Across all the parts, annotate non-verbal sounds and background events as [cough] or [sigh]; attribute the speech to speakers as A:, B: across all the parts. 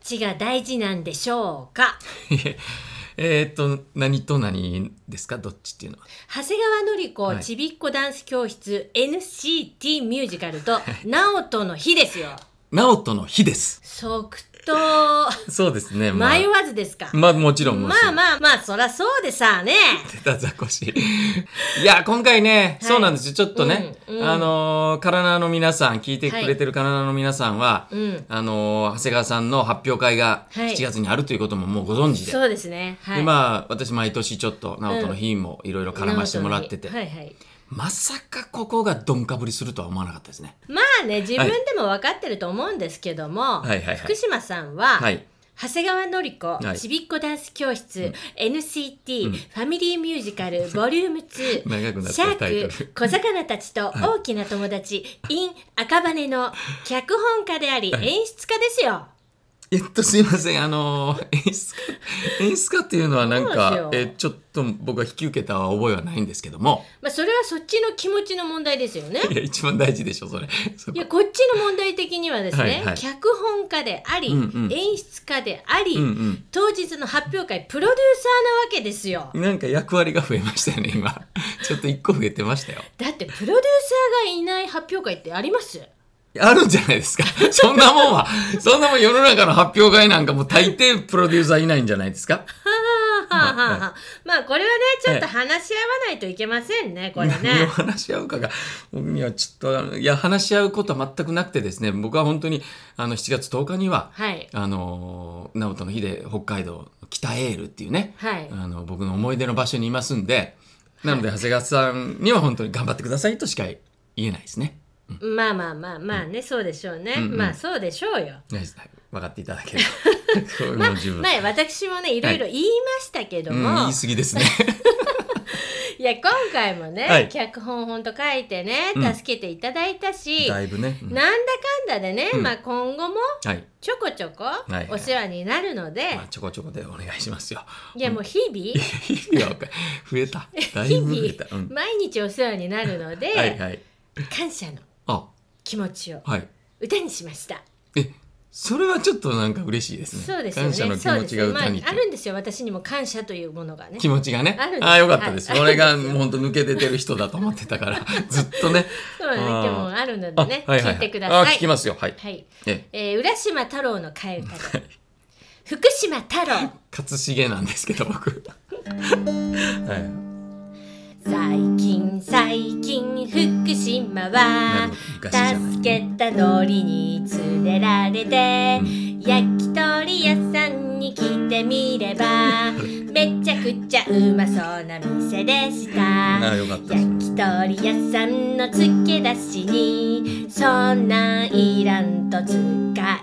A: ちが大事なんでしょうか
B: えーっと何と何ですかどっちっていうのは
A: 長谷川紀子、
B: はい
A: ちびっこダンス教室 NCT ミュージカルと直人の日ですよ
B: 直人の日です
A: 即
B: [laughs]
A: 答
B: そうですねまあ
A: 迷わずですか、
B: まあもちろんもち
A: ま
B: ろ
A: あ
B: ん
A: まあまあそらそうでさあ
B: [laughs]
A: ね
B: 出たザコシ [laughs] いや今回ね、
A: はい
B: そうなんですよちょっとね、
A: うんうん
B: あのーカラナの皆さん聞いてくれてるカラナの皆さんは、
A: うん
B: あのー長谷川さんの発表会が
A: はい
B: 7月にあるということももうご存知で,、
A: そうですねはい
B: でまあ私毎年ちょっと直人の日もいろいろ絡ましてもらってて、
A: 直人の日はいはい
B: まさかここがドンかぶりするとは思わなかったですね
A: まあね自分でも分かってると思うんですけども、
B: はいはいはい
A: 福島さんは、
B: はい
A: 長谷川のり子、
B: はい
A: ちびっこダンス教室、NCT、ファミリーミュージカルボリューム2
B: [laughs] 長くなった
A: シャ
B: タイ
A: ー
B: トル
A: ク小魚たちと大きな友達、in 赤羽の脚本家であり演出家ですよ。
B: えっとすいませんあのー演出家演出家っていうのはなん
A: ど
B: か
A: うしよう
B: えちょっと僕は引き受けた覚えはないんですけども
A: まあそれはそっちの気持ちの問題ですよね。
B: いや一番大事でしょそれそ
A: い
B: こ
A: やこっちの問題的にはですね、
B: はいはい
A: 脚本家であり、
B: うんうん
A: 演出家であり、
B: うんうん
A: 当日の発表会プロデューサーなわけですよ。
B: なんか役割が増えましたよね今ちょっと一個増えてましたよ
A: だってプロデューサーがいない発表会ってあります
B: あるんじゃないですかそんなもんはそんなもん世の中の発表会なんかもう大抵プロデューサーいないんじゃないです
A: は
B: か
A: あはあ
B: は
A: はあまあこれはねちょっと話し合わないといけませんねこれね。
B: 何を話し合うかが僕にはちょっとあのいや話し合うことは全くなくてですね僕は本当にあの7月10日には
A: はい
B: あの直人の日で北海道の北エールっていうね、
A: はい
B: あの僕の思い出の場所にいますんでなので長谷川さんには本当に頑張ってくださいとしか言えないですね。
A: まあまあまあまあね、そうでしょうね、
B: んうん
A: まあそうでしょうよ。
B: はいはい分かっていただけれ [laughs] ばそういう
A: ま
B: の
A: あ
B: 十分、
A: 前私もねいろいろ言いましたけど
B: うん、
A: も、
B: 言
A: い
B: い過ぎですね。
A: や今回もね、
B: はい
A: 脚本ほんと書いてね
B: うん
A: 助けていただいたし、
B: だいぶね。うん
A: なんだかんだでね、
B: うん
A: まあ今後も
B: はい、
A: ちょこちょこ
B: いはい
A: お世話になるので、い
B: まあ、ちょこちょこでお願いしますよ。
A: やもう日々
B: 日々は分か増えた。だいぶ増えた。うん、
A: 毎日お世話になるので、
B: はいはい。
A: 感謝の
B: あ
A: 気持ちを
B: はい。
A: 歌にしました。
B: えそれはちょっとなんか嬉しいですね。
A: そうですよね。
B: 感謝の気持ちが歌
A: そう
B: に
A: ですねまあ、あるんですよ。私にも感謝というものがね。
B: [laughs] 気持ちがね
A: あるんです
B: ああよかったです、
A: はい
B: 俺がもうほんと抜け出てる人だと思ってたから
A: [laughs]
B: ずっとね
A: そうだね。
B: あ
A: 今
B: ー
A: 日もあるのでね、
B: あはいはいはい
A: 聞いてくださ
B: あ
A: い。
B: 聞きますよはい、
A: はい。
B: え
A: えー、浦島太郎の替え歌で。福島太郎。
B: 勝重なんですけど僕 [laughs] はい
A: 最近最近福島は
B: るほど昔じゃない
A: 助けた鳥に連れられて焼き鳥屋さんに来てみればめちゃくちゃうまそうな店でした
B: ああよかったです
A: 焼き鳥屋さんのつけ出しにそんなんいらんと使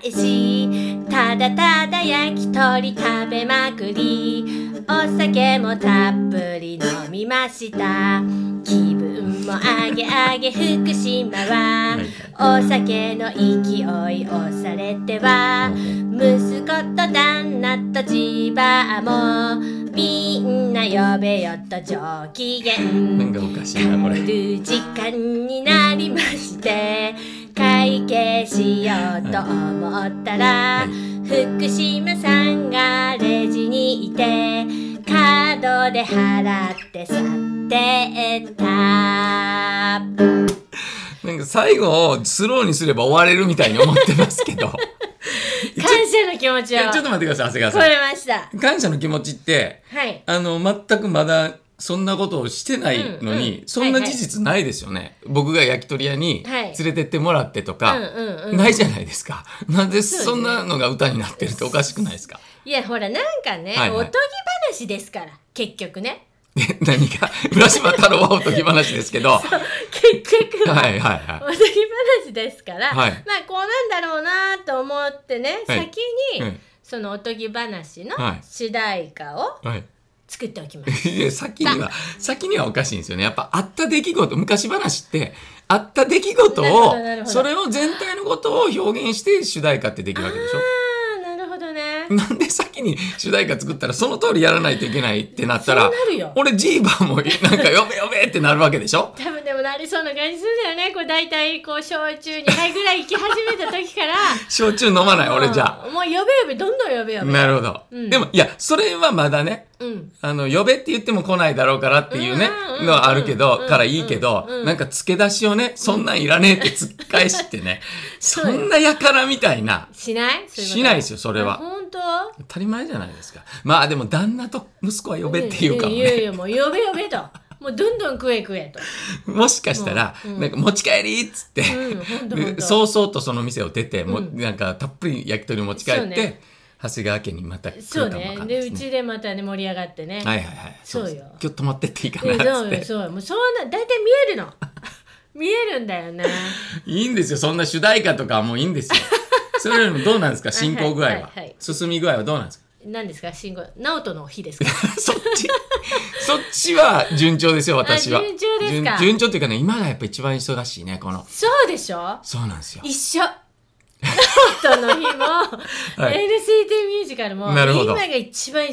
A: いしただただ焼き鳥食べまくりお酒もたっぷり飲みました気分もあげあげ福島はお酒の勢いをされては息子と旦那とジバーもみんな呼べよと上機嫌
B: なんかお
A: [laughs]
B: かしいなこれ
A: 帰る時間になりまして会計しようと思ったら、
B: はい
A: 福島さんがレジにいてカードで払って去ってった
B: なんか最後をスローにすれば終われるみたいに思ってます
A: [laughs]
B: けど
A: 感謝の気持
B: い
A: ちを
B: やちょっと待ってください長谷
A: 超
B: 川
A: えました
B: さん感謝の気持ちって
A: はい
B: あの全くまだそんなことをしてないのに、
A: うんうん
B: そんな事実ないですよね、僕が焼き鳥屋に連れてってもらってとか、
A: うんうんうん
B: ないじゃないで
A: [laughs]
B: すか。なんで
A: すね
B: そんなのが歌になってるっておかしくないですか。 [laughs]
A: いやほらなんかね、
B: はいは
A: お
B: い
A: とぎ話ですから結局
B: [laughs]
A: ね
B: で何か [laughs] 浦島太郎はおとぎ話ですけど。は
A: 結局
B: い
A: は
B: はいは
A: [laughs] おとぎ話ですから、
B: はい
A: まあこうなんだろうなと思ってね、
B: はい
A: 先
B: い。
A: に、
B: うん
A: そのおとぎ話の
B: はい
A: 主題歌を
B: はい。 [laughs]
A: 作っておきます。
B: いや先には先にはおかしいんですよね。やっぱあった出来事昔話ってあった出来事
A: なるほ
B: を
A: どなるほど
B: それを全体のことを表現して主題歌ってできるわけでしょ。
A: ああなるほどね。
B: なんで先に主題歌作ったらその通りやらないといけないってなったら
A: そうなるよ
B: 俺ジーバーもなんかやべやべってなるわけでしょ。
A: 多分でも長荒れそうな感じするんだよねこう大体こう小中2杯ぐらい行き始めた時
B: [laughs]
A: から
B: 焼酎飲まない、俺じゃ
A: あもう呼べ呼べどんどん呼べ
B: あ。
A: 呼べ
B: なるほど。
A: うん
B: でも、いや、それはまだね、
A: うん
B: あの、呼べって言っても来ないだろうからっていうね
A: うんうんうん、うん
B: のはあるけ
A: う
B: ど
A: ん、
B: からいいけど
A: うんうん、
B: なんか付け出しをね、そんなんいらねえって突っ返してね、
A: [laughs] そう
B: そ
A: よ
B: んなやからみたいな、
A: しないそううこと
B: しないですよ、それ
A: あ
B: は。
A: 本当
B: 当たり前じゃないですか。まあでも、旦那と息子は呼べっていうかも
A: いやい
B: ね、
A: やもう呼べ呼べともうどんどん食え食えと
B: もしかしたら
A: うん、
B: なんか持ち帰りっつって、
A: うんほんとほんと
B: でそうそうとその店を出て、もう
A: うん
B: なんかたっぷり焼き鳥持ち帰
A: そう
B: って、
A: ね
B: 長谷川家にまた来
A: そう
B: るかもわ
A: ね
B: かんな
A: で
B: いです
A: う
B: ね。
A: ちでまたね盛り上がってね、
B: はいはいはい。
A: そうよ
B: です今日泊まってっていいかな
A: え
B: っ
A: そ
B: [laughs] つっ
A: うよ
B: て。
A: そうよもうそんな大体見え
B: [laughs]
A: るの見えるんだよね
B: いいんですよ。そんな主題歌とかはもういいんで
A: [laughs]
B: すよ。それよりもどうなんですか進行具合
A: はいは
B: はい。
A: いはい
B: 進み具合はどうなん
A: [laughs]
B: ですか
A: 何ですか信号直人の日です
B: [laughs]
A: か
B: そっち、そっちは順調ですよ、私は。
A: あ順調ですか
B: 順順調っていうかね、今がやっぱ一番忙しいね、この。
A: そうでしょ
B: そうなんですよ。
A: 一緒直人の日
B: [laughs]
A: も、
B: い
A: NCT ミュージカルも
B: なるほど
A: 今が一番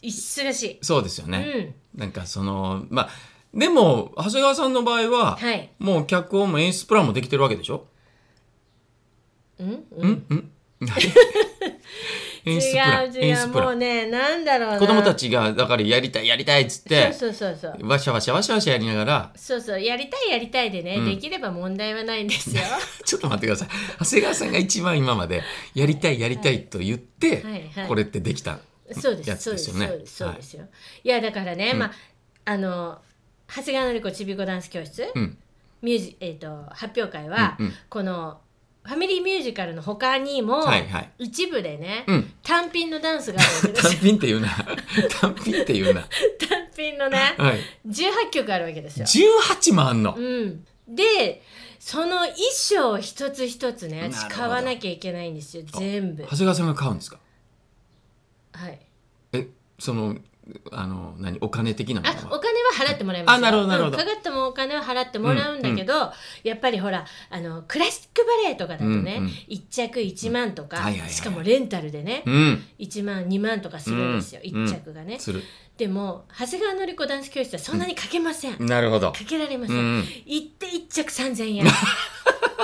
A: 忙しい、
B: そうですよね。
A: うん
B: なんかその、まあ、でも、長谷川さんの場合は、
A: はい
B: もう脚本も演出プランもできてるわけでしょ
A: うんうん
B: うんうん演出プラン。
A: 違う
B: 演
A: 違う
B: 出プ
A: も
B: ラ
A: う
B: ン。
A: ねなんだろうな
B: 子供たちが、だからやりたいやりたいっつって、
A: そうそうそうそう
B: わしゃわしゃわしゃわしゃやりながら、
A: そうそうやりたいやりたいでね、
B: うん
A: できれば問題はないんです
B: [laughs]
A: よ
B: ちょっと待ってください。長谷川さんが一番今まで、やりたいやりたいと言って、
A: はいはい
B: これってできた。
A: そうで
B: や
A: す
B: つ
A: そうで
B: で
A: す
B: す
A: そ
B: よ
A: う
B: ね
A: ですそうですよ、い、やだからね、まああの長谷川のり子ちびっこダンス教室、
B: うん。
A: ミュージえっ、と発表会は、
B: うんうん
A: このファミリーミュージカルの他にも、
B: はいはい
A: 一部でね、
B: うん
A: 単品のダンスがあるわけです [laughs]
B: 単
A: よ
B: [laughs] 品って言うな。単品って言うな。
A: 単品のね
B: はい。
A: 18曲あるわけですよ、
B: 18もあんの。
A: うん、でその衣装を一つ一つ
B: な
A: ね
B: るほど
A: 使わなきゃいけないんですよ全部
B: 長谷川さんが買うんですか
A: はい
B: え、その、あの、何お金的なも
A: あ
B: のは
A: お金は払ってもらいますよ
B: あなるほどなるほど
A: うんかかってもお金は払ってもらうんだけど、やっぱりほらあのクラシックバレエとかだとね、
B: うんうん
A: 1着1万とか、
B: はいはいはい
A: しかもレンタルでね、
B: うん。
A: 1万2万とかするんですよ、
B: うん
A: 1着がね、
B: する。
A: でも長谷川の子ダンス教室はそんなにかけません、か
B: なるほど。
A: けられません、
B: うん
A: 行って1着3000円
B: [laughs]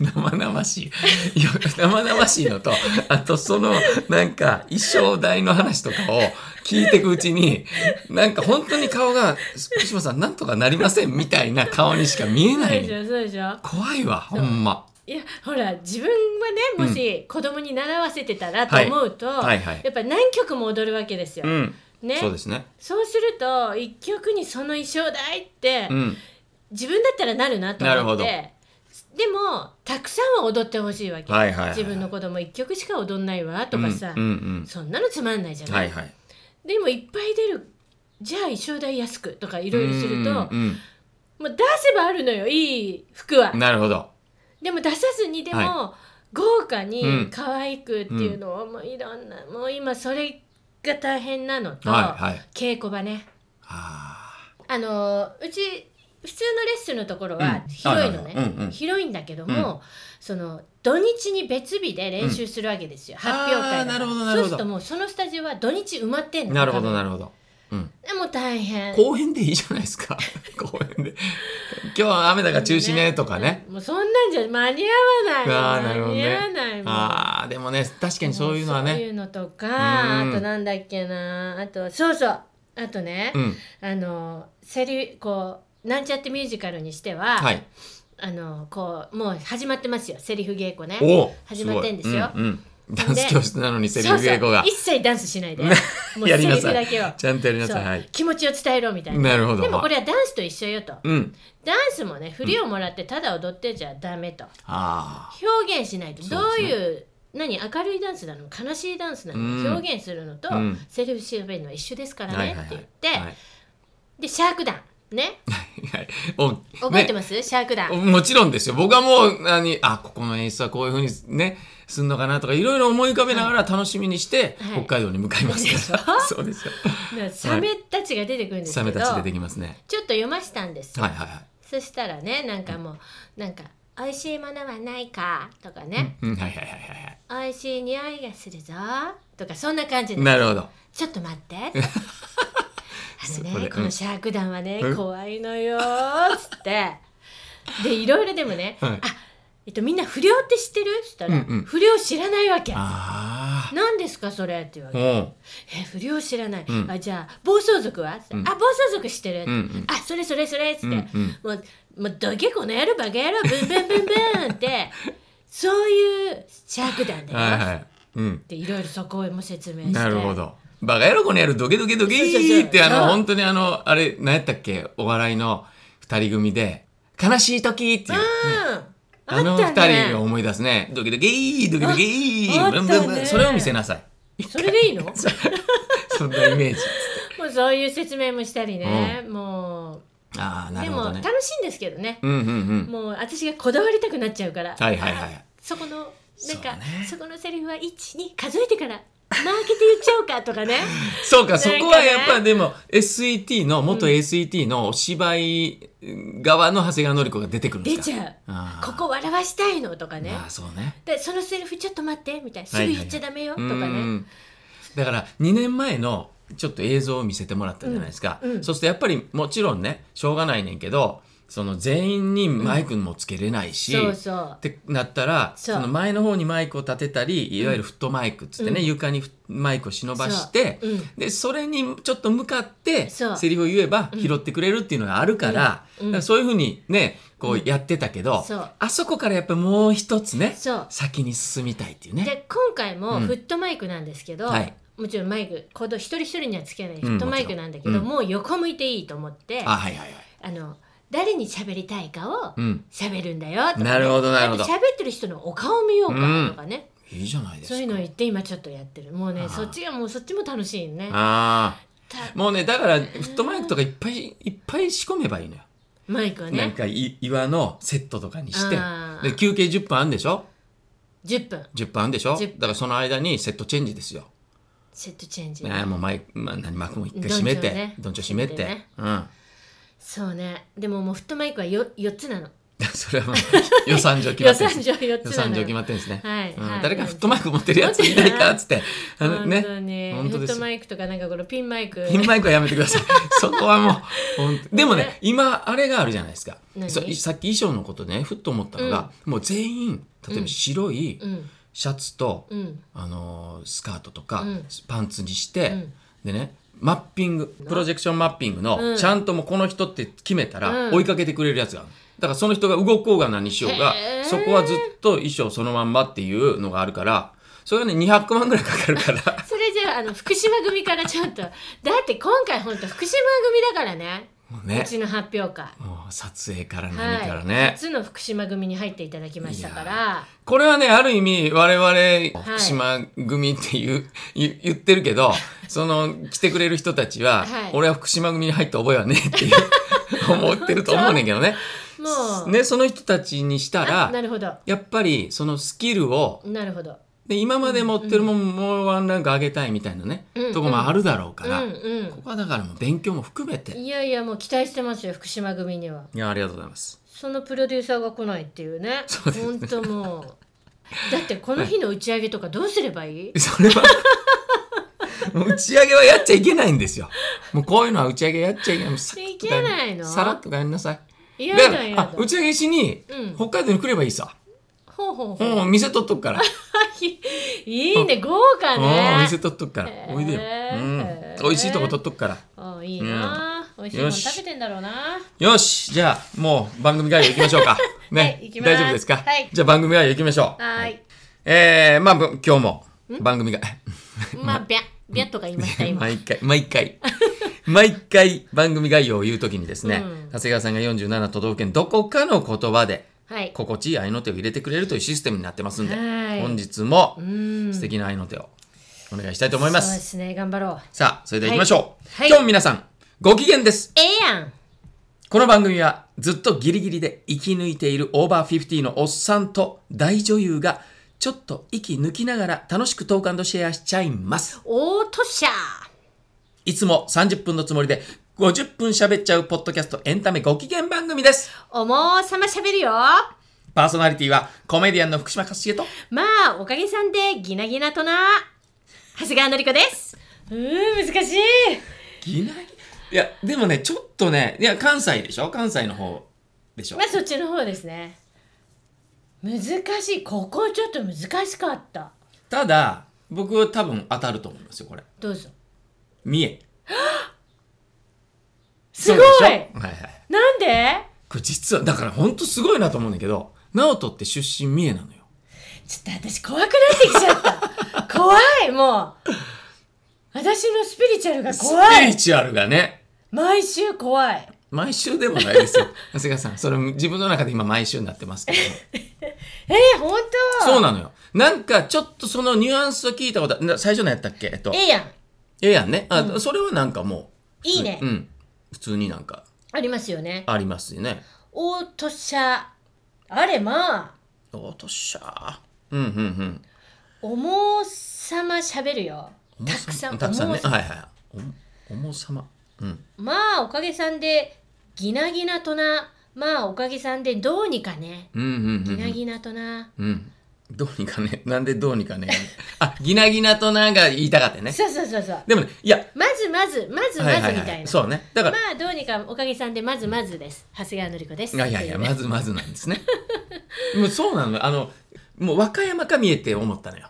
B: 生々しい。いや生々しいのと、あとその、なんか、衣装代の話とかを聞いていくうちに、なんか本当に顔が、福島さんなんとかなりませんみたいな顔にしか見え
A: そう
B: な
A: でし
B: い。
A: ょそうでしょ
B: 怖いわ、ほんま。
A: いやほら自分はねもし子供に習わせてたらと思うと、
B: はいはい
A: やっぱ何曲も踊るわけですよ、
B: うん。
A: ね
B: そうですね。
A: そうすると一曲にその衣装代って、
B: うん。
A: 自分だったらなるなと
B: なる
A: 思っ
B: ほど
A: てでもたくさんは踊ってほしいわけ、
B: はいはいはい
A: 自分の子供一曲しか踊んないわとかさ、
B: うんうん
A: そんなのつまんないじゃ
B: うん。
A: な、
B: はいいはい。
A: でもいっぱい出るじゃあ衣装代安くとかいろいろするとも
B: うん
A: う出せばあるのよいい服は
B: うん。なるほど。
A: でも出さずにでも、
B: は
A: 豪華に
B: うん
A: 可愛くっていうのを、もういろんなもう今それが大変なのと、
B: はいはい。
A: 稽古場ね
B: あ
A: あのうち普通のレッスンのところは
B: うん
A: 広いのね、
B: あなるほどうんうん
A: 広いんだけども、その土日に別日で練習するわけですよ、
B: うん
A: 発表会
B: あー
A: だから
B: なるほどなるほど
A: そうするともうそのスタジオは土日埋まってん
B: ー
A: の
B: なるほどなるほど。うん。
A: でもう大変
B: 公園でいいじゃないですか。公園で。今日は雨だから中止ねとかね。
A: もうそんなんじゃ間に合わない
B: あーなるほ
A: 間
B: どね
A: に合わないもん
B: ああ、でもね、確かにそういうのは
A: そうい
B: ね。
A: うのとか、
B: うん
A: あとなんだっけなあとそうそうあとね、
B: うん。
A: あのセリこうなんちゃってミュージカルにしては、
B: はい。
A: あのこうもう始まってますよセリフ稽古ね
B: おお
A: 始まってんですよ
B: ごいうんうんダンス教室なのにセリフ稽古が
A: そうそう一切ダンスしないでもう
B: [laughs] や
A: セリ
B: りな
A: フ
B: さ
A: だ
B: い
A: けを
B: ちゃんとやりな
A: そ
B: さ
A: う
B: いはい
A: 気持ちを伝えろみたいな
B: なるほど
A: でもこれはダンスと一緒よと
B: うん
A: ダンスもね振りをもらってただ踊ってじゃダメと
B: あ
A: 表現しないとど
B: そう
A: う
B: です
A: いう何明るいダンスなの悲しいダンスな
B: うん
A: の表現するのと
B: うん
A: セリフ調べるのは一緒ですか
B: あ
A: ら
B: はい
A: ね
B: はいはい
A: って言って
B: はい
A: でシャーク団ね
B: はいお
A: 覚えて
B: ね
A: ますシャーク団
B: もちろんですよ僕はもう何あここの演出はこういうふうにねすんのかなとかいろいろ思い浮かべながら楽しみにして
A: はい
B: 北海道に向かいますからそうですよ
A: サメたちが出てくるんです
B: サ
A: け
B: メ
A: ど
B: た
A: ち
B: ち
A: ょっ
B: 出
A: と
B: てきますね
A: 読ましたんですよ
B: はいはいはい
A: そしたらねなんかもうなんか「美味しいものはないか?」とかね
B: うんはいはいはいはい
A: 「美味しい匂いがするぞ」とかそんな感じ
B: は
A: で
B: い [laughs] なるほど
A: 「ちょっと待って」私ね
B: これ
A: このシャーク団はね、
B: うん
A: 怖いのよーっつってでいろいろでもね、
B: はい
A: あえっとみんな不良って知ってるっつったら、
B: うんうん
A: 不良知らないわけ
B: あ
A: 何ですかそれって言われ
B: あ。
A: て
B: お
A: え不良知らない、
B: うん
A: あじゃあ暴走族は、
B: うん
A: あ暴走族知ってる、
B: うんうん
A: あそれそれそれっつって、
B: うんうん
A: もうもうどけこの野郎バカ野郎ブンブンブンブンって [laughs] そういう尺談だ
B: う。
A: よ、
B: はい
A: い、っ
B: はい。うん。
A: ていろいろそこも説明して
B: なるほど。バカ野郎この野郎ドケドケドケ
A: そうそうそう
B: ーってあ
A: そ
B: の
A: う
B: 本当にあのあれ何やったっけお笑いの二人組で悲しい時っていう。
A: うん、
B: あの
A: あ
B: 二
A: ったね
B: 人を思い出すね。ドキドキー、ドキドキ
A: ああ
B: ー、
A: った
B: ブ
A: ね
B: ンブンブン。それを見せなさい。
A: それでいいの
B: [laughs]
A: も
B: そんなイメージ。
A: うそういう説明もしたりね、も
B: ああ、
A: う
B: な
A: で
B: るほ
A: も
B: どね
A: 楽。しいんですけどね、
B: うんうんうん。
A: もう私がこだわりたくなっちゃうから、
B: はいはいはい。
A: そこのなん
B: そう
A: か
B: だ
A: そ,、
B: ね
A: このセリフは12数えてからマーケて言っちゃおうかとか
B: [laughs]
A: ね
B: そうか、
A: なんか
B: そ
A: ね
B: こはやっぱでも SET の、元 SET のお芝居側の長谷川紀子が出てくるんです
A: 出ち
B: か
A: ゃう
B: あー
A: ここ笑わしたいのとかね
B: あーそうね。
A: でそのセリフちょっと待ってみたいなす
B: は
A: ぐ
B: いはい
A: 言っちゃダメよとかね、
B: うんだから2年前のちょっと映像を見せてもらったじゃないですか、
A: うんうん
B: そうするとやっぱりもちろんねしょうがないねんけどその全員にマイクもつけれないし、
A: そう
B: っ
A: そう
B: てなったら
A: そ
B: そうの前の方にマイクを立てたりいわゆるフットマイクっつってね、
A: うん
B: 床にフマイクを忍ばして
A: そううん
B: でそれにちょっと向かって
A: そう
B: セリフを言えば拾ってくれるっていうのがあるから,、
A: うんうん
B: そういうふうにねこうやってたけど、
A: そう
B: あそこからやっぱりもう一つね
A: そう
B: 先に進みたいっていうね。
A: で今回も
B: うん
A: フットマイクなんですけど、
B: はい
A: もちろんマイク行動一人一人にはつけない
B: ん
A: フットマイクなんだけど、
B: もちろんうん
A: もう横向いていいと思って
B: あ
A: あ
B: はいはいはい。
A: の誰に喋りたいかを
B: うん。
A: 喋るんだよとかね、
B: なるほどなるほど
A: あと喋ってる人のお顔見ようかとかね、
B: いいじゃないで
A: そ
B: すか。
A: ういうのを言って今ちょっとやってるもう
B: あ
A: ね
B: ー
A: そっちがもうそっちも楽しいね
B: あ
A: た
B: あ。もうね、だから、フットマイクとかいっぱいいっぱい仕込めばいいのよ。
A: マイクは
B: なん
A: ね
B: かい岩のセットとかにして
A: あー。
B: で、休憩10分あんでしょ
A: 10分
B: ?10 分あんでしょだ
A: 10
B: からその間にセットチェンジですよ。
A: セットチェンジ、
B: ね、もうマイク、まあ、何幕も一回閉
A: ど
B: め
A: んちょね
B: て、どんちょ閉め
A: 閉め
B: て
A: て。
B: うん。
A: そうねでももうフットマイクはよ4つなの
B: [laughs] それはまあ、予算上決ま
A: 予
B: ってる
A: 算
B: んです。
A: 上4
B: 予
A: つな
B: 算
A: の
B: 上
A: よ
B: 決まってるんですね。
A: はい
B: うん
A: はい
B: 誰かフットマイク持ってるやついないかっつって。あの
A: 本
B: ね。
A: 当に
B: 本
A: フ
B: 当で
A: ッ
B: すよ
A: トマイクとかなんかこのピンマイク
B: ピンマイクはやめてく
A: [laughs]
B: ださい。そこはもう、本当でも
A: ね
B: ね、今、あれがあるじゃないですか。
A: 何
B: そうさっき衣装のことね、ふっと思ったのが、もう全員、例えば白い
A: うん
B: シャツと、
A: うん
B: あのースカートとか、
A: うん
B: パンツにして、
A: うん
B: でね、マッピング、プロジェクションマッピングの、
A: うん
B: ちゃんともうこの人って決めた
A: う
B: ら、
A: ん
B: 追いかけてくれるやつがある。だからその人が動こうが何しようが
A: へー、
B: そこはずっと衣装そのまんまっていうのがあるから、それがね、200万ぐらいかかるから。
A: [laughs] それじゃああの福島組からちょっとだって今回ほんと福島組だからね
B: もう
A: う
B: ね、
A: ちの発表会
B: もう撮影から
A: は
B: 何
A: い
B: からね。
A: 初の福島組に入っていただきましたから
B: これはね、ある意味、我々、福島組っていう、言言ってるけど、その、来てくれる人たちは、
A: はい
B: 俺は福島組に入った覚えはね
A: [laughs]
B: えっていう思ってると思うねんけどね。
A: もう
B: ね、その人たちにした
A: あ
B: ら
A: な、るほど
B: やっぱり、そのスキルを、
A: なるほど
B: で今まで持ってるもん、もうワンランク上げたいみたいなね、
A: うん
B: とこもあるだろうか
A: うん
B: ら、
A: う
B: ここはだからもう勉強も含めて。
A: んいやいやもう期待してますよ福島組にはい
B: や、ありがとうございます。
A: そのプロデューサーが来ないっていうね
B: そうですね
A: ほんともうだってこの日の打ち上げとかどうすればいい
B: それはもう打ち上げはやっちゃいけないんですよ。もうこういうのは打ち上げやっちゃいけない。もうさっと
A: いけないの
B: さらっと帰りなさい。
A: いや
B: だか
A: だや
B: ら
A: だ
B: あ打ち上げしに
A: うん
B: 北海道に来ればいいさ。
A: ほうほうほう
B: うん、店取っとくから。
A: いいね豪華
B: うん、
A: ね
B: 店取っとくから
A: へ。ー
B: おいでよ。
A: へ
B: う
A: ー
B: ん、美味しいとこ取っとくから。
A: あいいな、美味しいも
B: よ
A: の
B: し
A: 食べてんだろうな
B: よし、じゃあもう番組概要行き
A: [laughs]
B: ましょうか。ね、
A: 行きます
B: 大丈夫ですか。
A: はい
B: じゃあ番組概要行きましょう。
A: はーい
B: えー、まあぶ今日も番組が。
A: まあビャビャとか言いました今
B: 毎回 [laughs] 毎回毎回番組概要を言うときにですね、
A: うん
B: 長谷川さんが47都道府県どこかの言葉で
A: はい
B: 心地いい愛の手を入れてくれるというシステムになってますんで
A: はい
B: 本日も
A: うん
B: 素敵な愛の手をお願いしたいと思いま、
A: そうですすね頑張ろう
B: さあそれでは行きましょう、
A: はい
B: 今日も皆さんご機嫌です
A: ええやん
B: この番組はずっとギリギリで生き抜いているオーバーフィフティのおっさんと大女優がちょっと息抜きながら楽しくトークシェアしちゃいます
A: オートシャー
B: いつも30分のつもりで50分喋っちゃうポッドキャストエンタメご機嫌番組です。
A: おもうさましゃべるよ
B: パーソナリティはコメディアンの福島かしげと。
A: まあおかげさんでギナギナとな長谷川のりこですうー難しい
B: ギナいや、でもね、ちょっとね、いや、関西でしょ関西の方でしょ
A: まあそっちの方ですね難しいここちょっと難しかった
B: ただ、僕は多分当たると思いますよ、これ。
A: どうぞ
B: 三重。
A: すごい
B: そうでしょはいはい。
A: なんで
B: これ実は、だから本当すごいなと思うんだけど、直人って出身三重なのよ。
A: ちょっと私怖くなってきちゃっ
B: [laughs]
A: た怖いもう私のスピリチュアルが怖
B: スピ
A: い
B: リチュアルがね、
A: 毎週怖い
B: 毎週でもないですよ。長谷川さん、それ自分の中で今毎週になってますけど。
A: えー、本当
B: そうなのよ。なんかちょっとそのニュアンスを聞いたことあな最初のやったっけえっと、
A: ええやん
B: ええやんね。あ、それはなんかもう。
A: いいね、
B: うん。普通になんか
A: ありますよね
B: ありますよね。
A: おーとしゃあれまあ
B: おっとっしゃー。うんうんうん。
A: 重さましゃべるよたくさん
B: たくさんね。
A: 重さ
B: はいはい。お重さま。うん。
A: まあおかげさんでギナギナとなまあおかげさんでどうにかね
B: うんうんう
A: ギナ
B: ん
A: ギナとな、
B: うん。うん。どうにかね。なんでどうにかね。あ、ギナギナとなんか言いたかったよね。
A: そうそうそうそう
B: でもね、いや、
A: まずまずまずま
B: はい
A: ず
B: はい
A: み
B: は
A: たい
B: い。
A: な
B: そうね。だか
A: ま
B: ら、
A: あどうにかおかげさんでまずまずです長谷川のり子です
B: いやいやいや、
A: ってうね
B: まずまずなんですね。もうそうなのよ。あの、もう和歌山か見えて思ったのよ。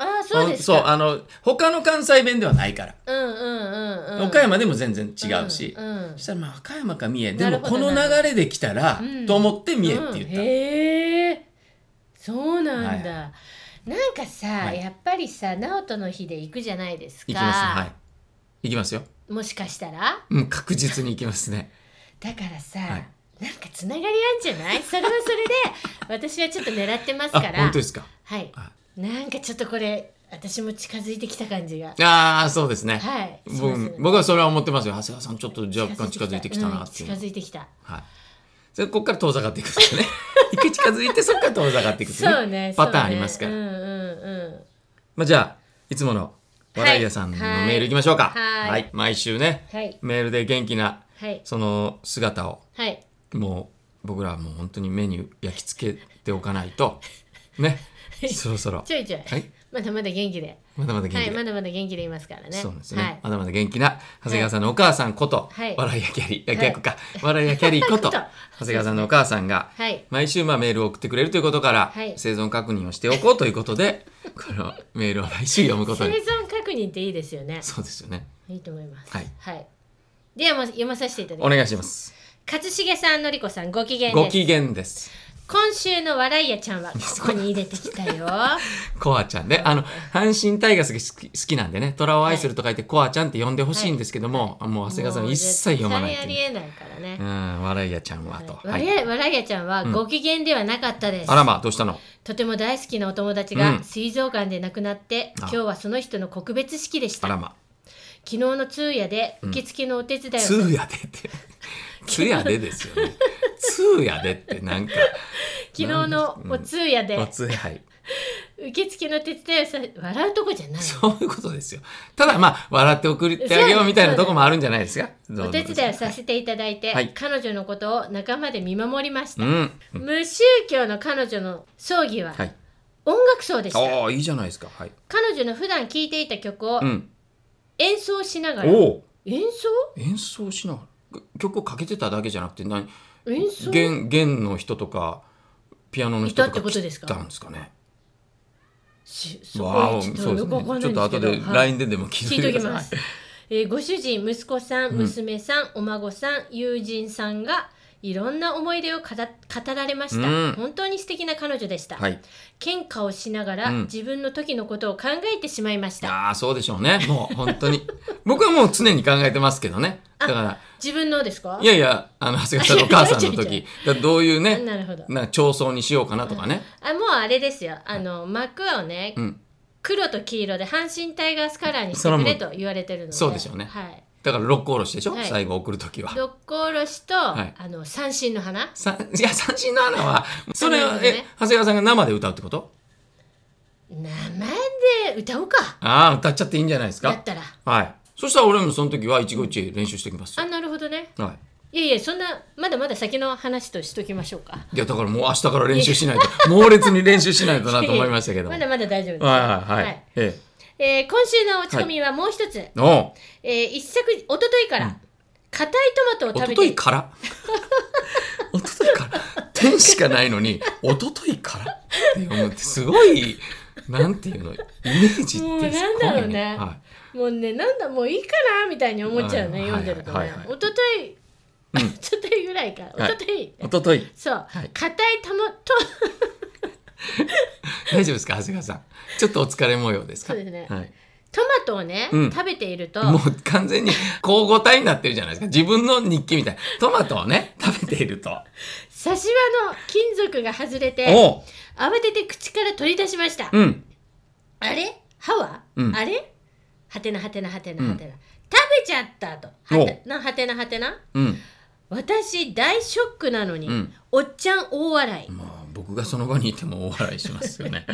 A: ああそうです
B: そう
A: か
B: あの他の関西弁ではないから、
A: うんうんうんうん
B: 岡山でも全然違うし、
A: うんうん
B: そしたらまあ和歌山か三重で
A: なる
B: も
A: ほ
B: こ
A: ど
B: の流れで来たら、
A: うん
B: と思って三重って言った、
A: うんへえそうなんだ、
B: は
A: なんかさ、
B: はい
A: やっぱりさ直人の日で行くじゃないですか
B: 行きますねはい行きますよ
A: もしかしたら
B: うん確実に行きますね
A: だからさ、
B: はい
A: なんかつながりあんじゃないそれはそれ
B: [laughs]
A: で私はちょっと狙ってます
B: あ
A: から
B: 本当ですか
A: はい
B: あ
A: なんかちょっとこれ私も近づいてきた感じが
B: あーそうですね、
A: はいします
B: 僕僕はそれは思ってますよ長谷川さんちょっと若干近づいてきたなっていう
A: うん近づいてきた
B: はいそれこっから遠ざかっていくんですよね [laughs] 一回近づいてそっから遠ざかっていくってい
A: そうね
B: パター
A: そ
B: ン
A: う
B: あ
A: ね
B: りますから、
A: うんうんうん
B: まあ、じゃあいつもの
A: い
B: 和田家さんのメールいきましょうか
A: はい
B: はい、毎週ね
A: はい
B: メールで元気な
A: はい
B: その姿を
A: はい
B: もう僕らはもう本当に目に焼き付けておかないとねそろそろ
A: ちょいちょい、
B: はい
A: まだまだ元気で
B: まだまだ元気
A: は
B: で、
A: いまだまだ元気でいますからね
B: そうなんですね、
A: はい
B: まだまだ元気な長谷川さんのお母さんこと、
A: はい
B: 笑いやキャリー、逆か笑いやキャリーこ
A: こ
B: と
A: と
B: 長谷川さんのお母さんが
A: はい
B: 毎週まあメールを送ってくれるということから、
A: はい
B: 生存確認をしておこうということでこのメールを毎週読むこ
A: 生
B: と
A: 存
B: に
A: 確認っていいですよね
B: そうですよね
A: いいと思います
B: はい
A: ではま読まさせていただき
B: お
A: ます
B: 願いします
A: 勝重さんのりこさんご機嫌
B: ご
A: です
B: 機嫌です
A: 今週の笑いやちゃん
B: [laughs]
A: はここに入れてきたよ
B: コアちゃんね。あの、阪神タイガースが好き好きなんでね、虎を愛すると書いてコアちゃんって呼んでほしいん [laughs] ですけども、もう長谷川さんは一切読まない
A: もう
B: って
A: 絶
B: い
A: 対あ
B: う。
A: りえないからね
B: う、ん、笑いやちゃんはと。は
A: 笑
B: い。
A: い笑いやちゃんはご機嫌ではなかったです、
B: あらま、どうしたの
A: とても大好きなお友達
B: うん
A: が膵臓がんで亡くなって、
B: あ
A: 今日はその人の告別式でし
B: あ
A: た
B: ら
A: 昨
B: ま。
A: 日の通夜で受付のお手伝いをさ、
B: 通夜でって。通夜でですよね。通夜でってなんか、
A: 昨日のお通夜で、
B: お通夜、はい。
A: 受付の手伝いをさ笑うとこじゃない
B: そういうことですよ。ただまあ、笑って送ってあげようみたいなとこもあるんじゃないですか。
A: お
B: お
A: 手伝いをさせていただいて、
B: はい
A: 彼女のことを仲間で見守りまし
B: う
A: た、
B: ん。
A: 無宗教の彼女の葬儀は
B: はい。
A: 音楽葬でした、
B: ああ、いいじゃないですか。はい。
A: 彼女の普段聴いていた曲を
B: うん。
A: 演奏しながら、
B: おお。
A: 演奏
B: 演奏しながら曲をかけてただけじゃなくて何
A: 演奏
B: 弦弦の人とかピアノの人と
A: いたって
B: か
A: ことで
B: 来
A: すか
B: たんですかね。
A: しそ
B: わ
A: こ
B: お
A: ちょっ
B: そう
A: と
B: で
A: よ
B: す
A: くわ
B: ね
A: かん。ないん
B: ちょっと
A: です
B: 後
A: けどは
B: で
A: い
B: LINE ででも聞
A: 聞
B: い
A: い
B: て
A: と
B: くだ
A: き
B: さい。
A: ます、えーご主人息子さん娘さん、お孫さん友人さんがいろんな思い出を語語られました、
B: うん
A: 本当に素敵な彼女でした、
B: はい。
A: 喧嘩をしながら、
B: うん
A: 自分の時のことを考えてしまいました
B: ああそうでしょうね。もう本当に [laughs] 僕はもう常に考えてますけどね。だか
A: 自分のですから
B: いやいやあの長谷川さんのお母さんの
A: 違う違う違
B: 時だからどういうね
A: なるほど
B: なんか調層にしようかなとかね。
A: あもうあれですよあの幕をね、
B: うん
A: 黒と黄色で阪神タイガースカラーにして
B: それは
A: く
B: も
A: れ
B: う
A: と言われてるので
B: そうでしょうね
A: はい、
B: だから六甲おろしでしょ。
A: はい
B: 最後送る時は。
A: 六甲おろしと、
B: い
A: あの三振の花
B: さいや三振の穴はそれ
A: なる
B: は
A: ほど
B: え
A: ね
B: 長谷川さんが生で歌うってこと？
A: 生で歌おうか
B: ああ歌っちゃっていいんじゃないです
A: だ
B: か。
A: ったら
B: はい。そしたら俺もその時は一期一会練習してきます
A: あ
B: よ。
A: なるほどね
B: はい
A: やいやそんなまだまだ先の話としときましょうか
B: い。いやだからもう明日から練習しないと猛烈に練習しないとなと思いましたけど
A: [laughs] ま
B: も。はい
A: だまだ大丈夫です
B: はいはい。え
A: えー今週の落ち込みはもう一つ、
B: え。おう
A: えー一昨日一昨日から、硬いトマトを食べ
B: 一昨
A: て
B: 日から一昨日から天しかないのに一昨日からって思ってすごいなんていうのイメージっ
A: もう
B: てす
A: なん
B: ご
A: だろうね
B: いね。は
A: もうねなんだもういいかなみたいに思っちゃうね、
B: はい
A: 読んでるとね、
B: はいはいはい
A: おととい
B: うん
A: 一昨日ぐらいか一
B: はい
A: 昨日、
B: い、一昨日
A: そう
B: はい
A: 硬、いトマト
B: 大丈夫ですか長谷川さんちょっとお疲れ模様ですか
A: そうですね
B: はい、
A: トマトをね、
B: うん
A: 食べていると
B: もう完全に交互体になってるじゃないですか自分の日記みたいなトマトをね食べていると
A: 差し輪の金属が外れて
B: おう
A: 慌てて口から取り出しました、
B: うん
A: あれ歯は、
B: うん
A: あれはてなはてなはてな
B: うん
A: はてな、食べちゃったと
B: お
A: はてなはてなはてな
B: うん
A: 私大ショックなのに、
B: うん
A: おっちゃん大笑い、
B: まあ僕がその場にいても大笑いしますよね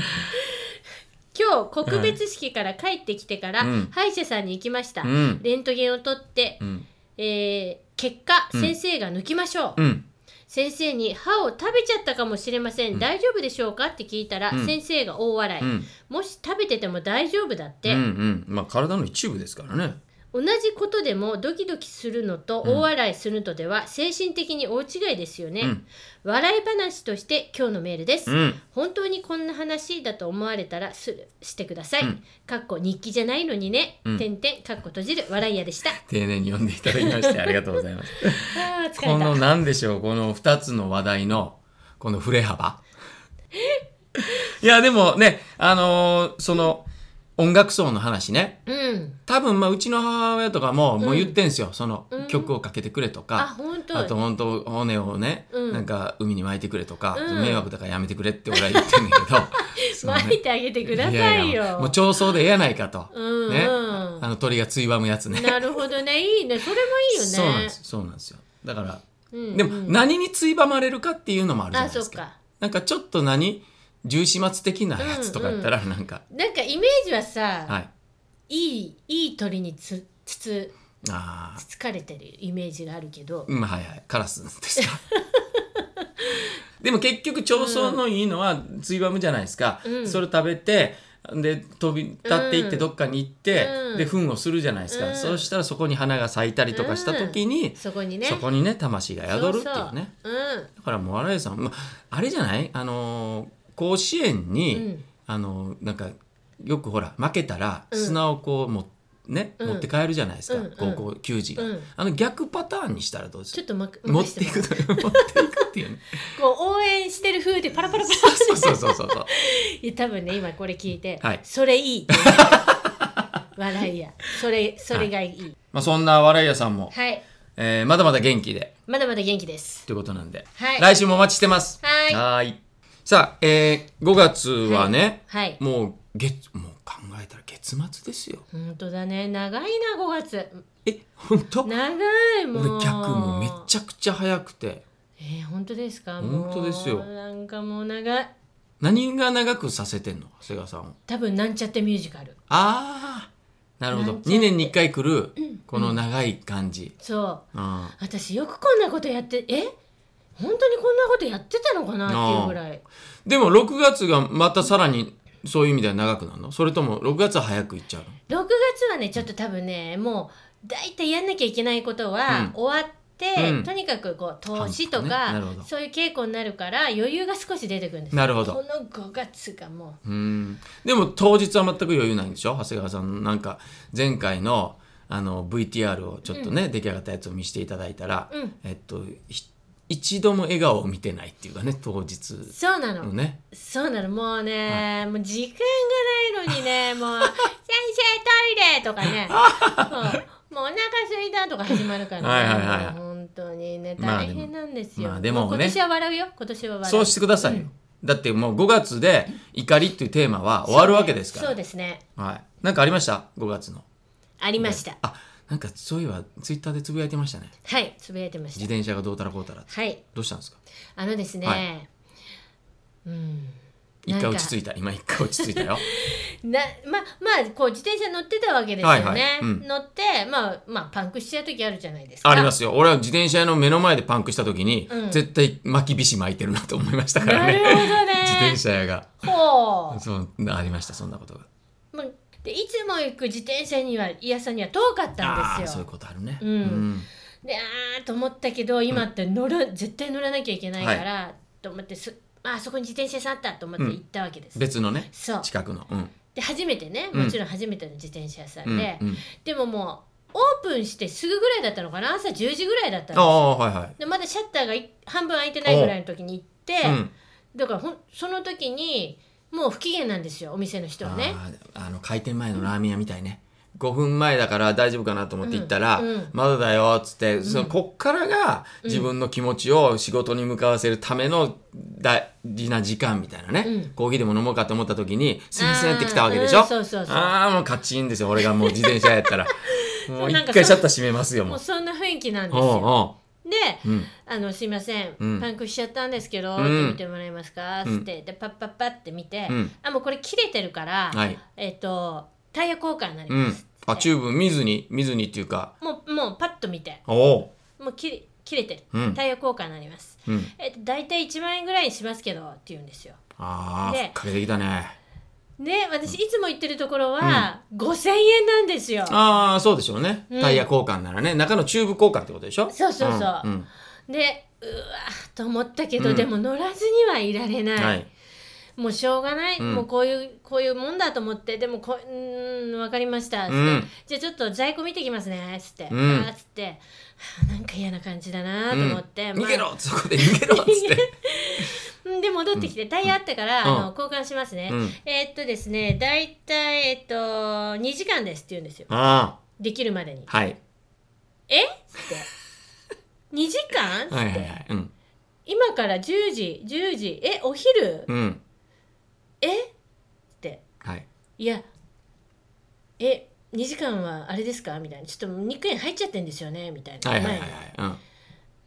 A: 今日告別式から帰ってきてから、
B: うん
A: 歯医者さんに行きました、
B: うん
A: レントゲンを取って、
B: うん
A: えー結果
B: うん
A: 先生が抜きましょう、
B: うん
A: 先生に歯を食べちゃったかもしれません、
B: うん
A: 大丈夫でしょうかって聞いたら、
B: うん
A: 先生が大笑い、
B: うん
A: もし食べてても大丈夫だっ
B: うんう
A: て、
B: んまあ体の一部ですからね
A: 同じことでもドキドキするのと
B: うん
A: 大笑いするのでは精神的に大違いですよね、
B: うん
A: 笑い話として今日のメールです、
B: うん
A: 本当にこんな話だと思われたらするしてください、
B: うん
A: かっこ日記じゃないのにね、
B: うん
A: てんてんかっこ閉じる笑い屋でした
B: 丁寧に読んでいただきましてありがとうございます
A: あー疲れ
B: この
A: た
B: 何でしょうこの2つの話題のこの振れ幅いやでもねあのーその音楽層の話ね
A: うん
B: 多分まあうちの母親とかも、もう
A: うん
B: 言ってんすよその
A: うん
B: 曲をかけてくれと
A: あ
B: か、
A: 本当
B: あと本当骨をね、
A: うん
B: なんか海に巻いてくれとか、
A: うん
B: 迷惑だからやめてくれって俺は言ってんだ
A: [laughs]
B: けどそのね
A: 巻いてあげてくださいよ
B: ややもう調想でええやないかと、
A: うんうん、
B: ねあの鳥がついばむやつね
A: なるほどねいいねそれもいいよね
B: そうなんですよそうなんですよだから、
A: うんうん
B: でも何についばまれるかっていうのもあるじゃ
A: あ
B: ないで
A: そっ
B: すか
A: か
B: なんかちょっと何重始末的なやつとかやったらなんか、
A: なんかイメージはさ、
B: はい
A: いいいい鳥につつつ
B: あ
A: つつかれてるイメージがあるけど
B: ー、うんはいはいカラスですか [laughs] でも結局調層のいいのはついばむじゃないですか、
A: うん
B: それ食べてで飛び立っていっ
A: う
B: て
A: ん
B: どっかに行って、
A: うん
B: で糞をするじゃないですか、
A: うん
B: そうしたらそこに花が咲いたりとかした時に、
A: そこにね
B: そこにね魂が宿るっていうね
A: そううん
B: だからもう笑いさん、まあれじゃないあのー甲子園に、
A: うん
B: あのーなんかよくほら負けたら
A: うん
B: 砂をこうも、ね
A: うん
B: 持って帰るじゃないですか、
A: うんうん
B: 高校球児が、
A: うん
B: あの逆パターンにしたらどうです
A: ちょ
B: か
A: っとまく
B: 持っていく
A: 任せ
B: と持っていくっていうね
A: てもらうこう応援してる風でパラパラパラ
B: そうそうそうそうそう
A: いや [laughs] 多分ね今これ聞いて、
B: はい
A: それいい笑い [laughs] やそれそれがいい
B: まあそんな笑い屋さんも、
A: はい、
B: えーまだまだ元気で
A: まだまだ元気です
B: ということなんで、
A: はい
B: 来週もお待ちしてます
A: はい
B: いさあ、えー、5月はね、
A: はい
B: もう月もう考えたら月末ですよ
A: 本当だね長いな5月
B: え本当
A: 長いも
B: 俺
A: う
B: 逆もうめ
A: ゃ
B: ちゃくちゃ早くて
A: えー、本当ですか
B: 本当ですよ
A: もうなんかもう長い
B: 何が長くさせてんの長谷川さんを
A: 多分なんちゃってミュージカル
B: あーなるほど
A: なんちゃって
B: 2年に1回来るこの長い感じ、
A: そう
B: うん
A: 私よくこんなことやってえ本当にこんなことやってたのかなっていうぐらい
B: でも6月がまたさらにそういう意味では長くなるのそれとも6月は早く行っちゃうの
A: 6月はねちょっと多分ねもう大体やんなきゃいけないこと
B: うん
A: は終わって、
B: うん
A: とにかくこう投資と
B: 半分ねな
A: か、
B: るほど
A: そういう稽古になるから余裕が少し出てくるんです
B: なるほど
A: この5月がも
B: うんでも当日は全く余裕ないんでしょ長谷川さんなんか前回のあの VTR をちょっとね、出来上がったやつを見せていただいたら、
A: うん
B: えっとひ一度も笑顔を見てないっていうかね当日
A: うそうなの、
B: のね
A: そうなのもうね、もう時間がないのにね
B: [laughs]
A: もう「先生トイレ!」とかねそうもうお腹すいたとか始まるからね、
B: はいはいはいはい
A: もう本当にね
B: まあ
A: 大変なんですよ、
B: まあでもね
A: 今年は笑うよ今年は笑う
B: そうしてくださいよ、だってもう5月で怒りっていうテーマは終わるわけですから
A: そうですね
B: はい、なんかありました5月の
A: ありました
B: あなんかそういえばツイッターでつぶやいてましたね
A: はいつぶやいてま
B: 自
A: した
B: 転車がどうたらこうたらって
A: はい
B: どうしたんですか
A: あのですね、
B: は
A: うん
B: 一回落ち着いた今一回落ち着いたよ [laughs]
A: なままあこう自転車乗ってたわけですよね、
B: はいはいうん
A: 乗ってまあまあパンクしちゃう時あるじゃないですか
B: ありますすよ俺は自転車の目の前でパンクした時に、
A: うん
B: 絶対巻き菱巻いてるなと思いましたから
A: なる
B: ね
A: ほどね
B: [laughs] 自転車屋が
A: ほう
B: そうありましたそんなことが
A: まあ、でいつも行く自転車には家さんには遠かったん
B: あ
A: で
B: あ
A: す
B: そうい
A: よ
B: うことあるね
A: うんであーと思ったけど今って乗る、絶対乗らなきゃいけないから、と思ってすああそこに自転車屋さんあったと思って行ったわけです、
B: 別のね
A: そう
B: 近くのうん
A: で初めてね
B: うん
A: もちろん初めての自転車屋さ
B: うんん、う
A: で、
B: ん、
A: でももうオープンしてすぐぐらいだったのかな朝10時ぐらいだったん
B: あ
A: です
B: あはいはい
A: でまだシャッターがい半分開いてないぐらいの時に行って、
B: うん
A: だからほんその時にもう不機嫌なんですよお店の人はね。
B: あーあの開店前のラーメン屋みたいね5分前だから大丈夫かなと思って行ったら「
A: うんうん
B: まだだよ」っつって、そのこっからが自分の気持ちを仕事に向かわせるための大事な時間みたいなね、
A: うん
B: コーヒーでも飲もうかと思った時に「すいません」って来たわけでしょ、
A: うんそうそうそう
B: ああもうカチンですよ俺がもう自転車やったらもう
A: なん
B: 一
A: か
B: 回
A: [laughs] そ
B: シャッター閉めますよ
A: も
B: も
A: う
B: う。
A: そんな雰囲気なんです
B: おう
A: よ。
B: お
A: で
B: ううん
A: あのすいません、
B: うん
A: パンクしちゃったんですけど、
B: うん
A: って見てもらえますか?」っ
B: うん
A: つってでパッパッパって見て、
B: うん
A: あもうこれ切れてるから、
B: はい
A: えっ、とタイヤ交換になり
B: う
A: ま
B: ん
A: す、
B: あチューブ見ずに見ずにっていうか
A: もうもうパッと見て
B: おお
A: もう切れ切れてる、
B: うん
A: タイヤ交換になります、
B: う、うん、
A: えっと大体1万円ぐらいしますけどって言うんですよ
B: ああ
A: で
B: ふっかけてきたね
A: ね私いつも行ってるところは、5,000円なんですよ
B: ああそうでしょうね、
A: うん
B: タイヤ交換ならね中のチューブ交換ってことでしょ
A: そうそうそう
B: うんん
A: でうわーと思ったけど、
B: うん
A: でも乗らずにはいられない、
B: はい
A: もうしょうがない、
B: うん
A: もうこういうこういうもんだと思ってでもこううーん分かりましたっつって、
B: うん
A: じゃあちょっと在庫見てきますねっつって、
B: うん
A: あーっつってはあなんか嫌な感じだなと思って、
B: うん
A: まあ
B: 逃げろそこで逃げろっつって、
A: [laughs] うんで戻ってきてタイヤあったから、
B: うん
A: あの交換しますね、
B: うん、
A: えーっとですね大体えっと2時間ですって言うんですよ
B: あ
A: できるまでに
B: あはい
A: えっつって2時間っつって、
B: はいはいはいうん
A: 今から10時10時えお昼
B: うん
A: えって
B: はい
A: いやえ2時間はあれですかみたいなちょっと肉園入っちゃってんですよねみたいな
B: はいはいはい
A: 前
B: は
A: に
B: いうん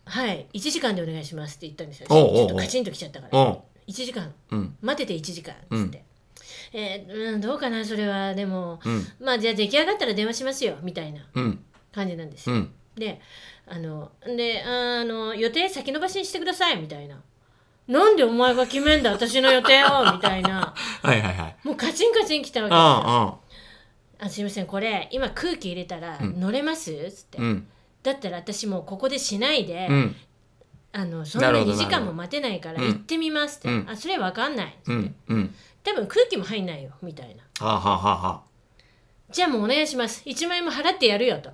A: はい1時間でお願いしますって言ったんですよ
B: おうおうおう
A: ちょっとカチンときちゃったから
B: おう
A: 1時間
B: うん
A: 待ってて1時間っつって、えーうん、どうかなそれはでも
B: うん
A: まあじゃあ出来上がったら電話しますよみたいな
B: うん
A: 感じなんです
B: う
A: よ、
B: ん
A: であのであの予定先延ばしにしてくださいみたいななんでお前が決めんだ私の予定
B: [laughs]
A: をみたいな
B: はいはいはい
A: もうカチンカチン来たわけですよ
B: あ
A: あすいませんこれ今空気入れたら
B: うん
A: 乗れます、つって、
B: あうん
A: だったら私もうここでしないで、
B: うん
A: あのそんな
B: なるほ
A: 2
B: ど
A: 時間も待てないから
B: なる
A: 行
B: ほど
A: ってみますって、
B: うん
A: あそれわかんない、
B: うんうんうん
A: 多分空気も入んないよみたいな
B: はあはあはあは
A: じゃあもうお願いします1万円も払ってやる
B: [laughs]
A: よと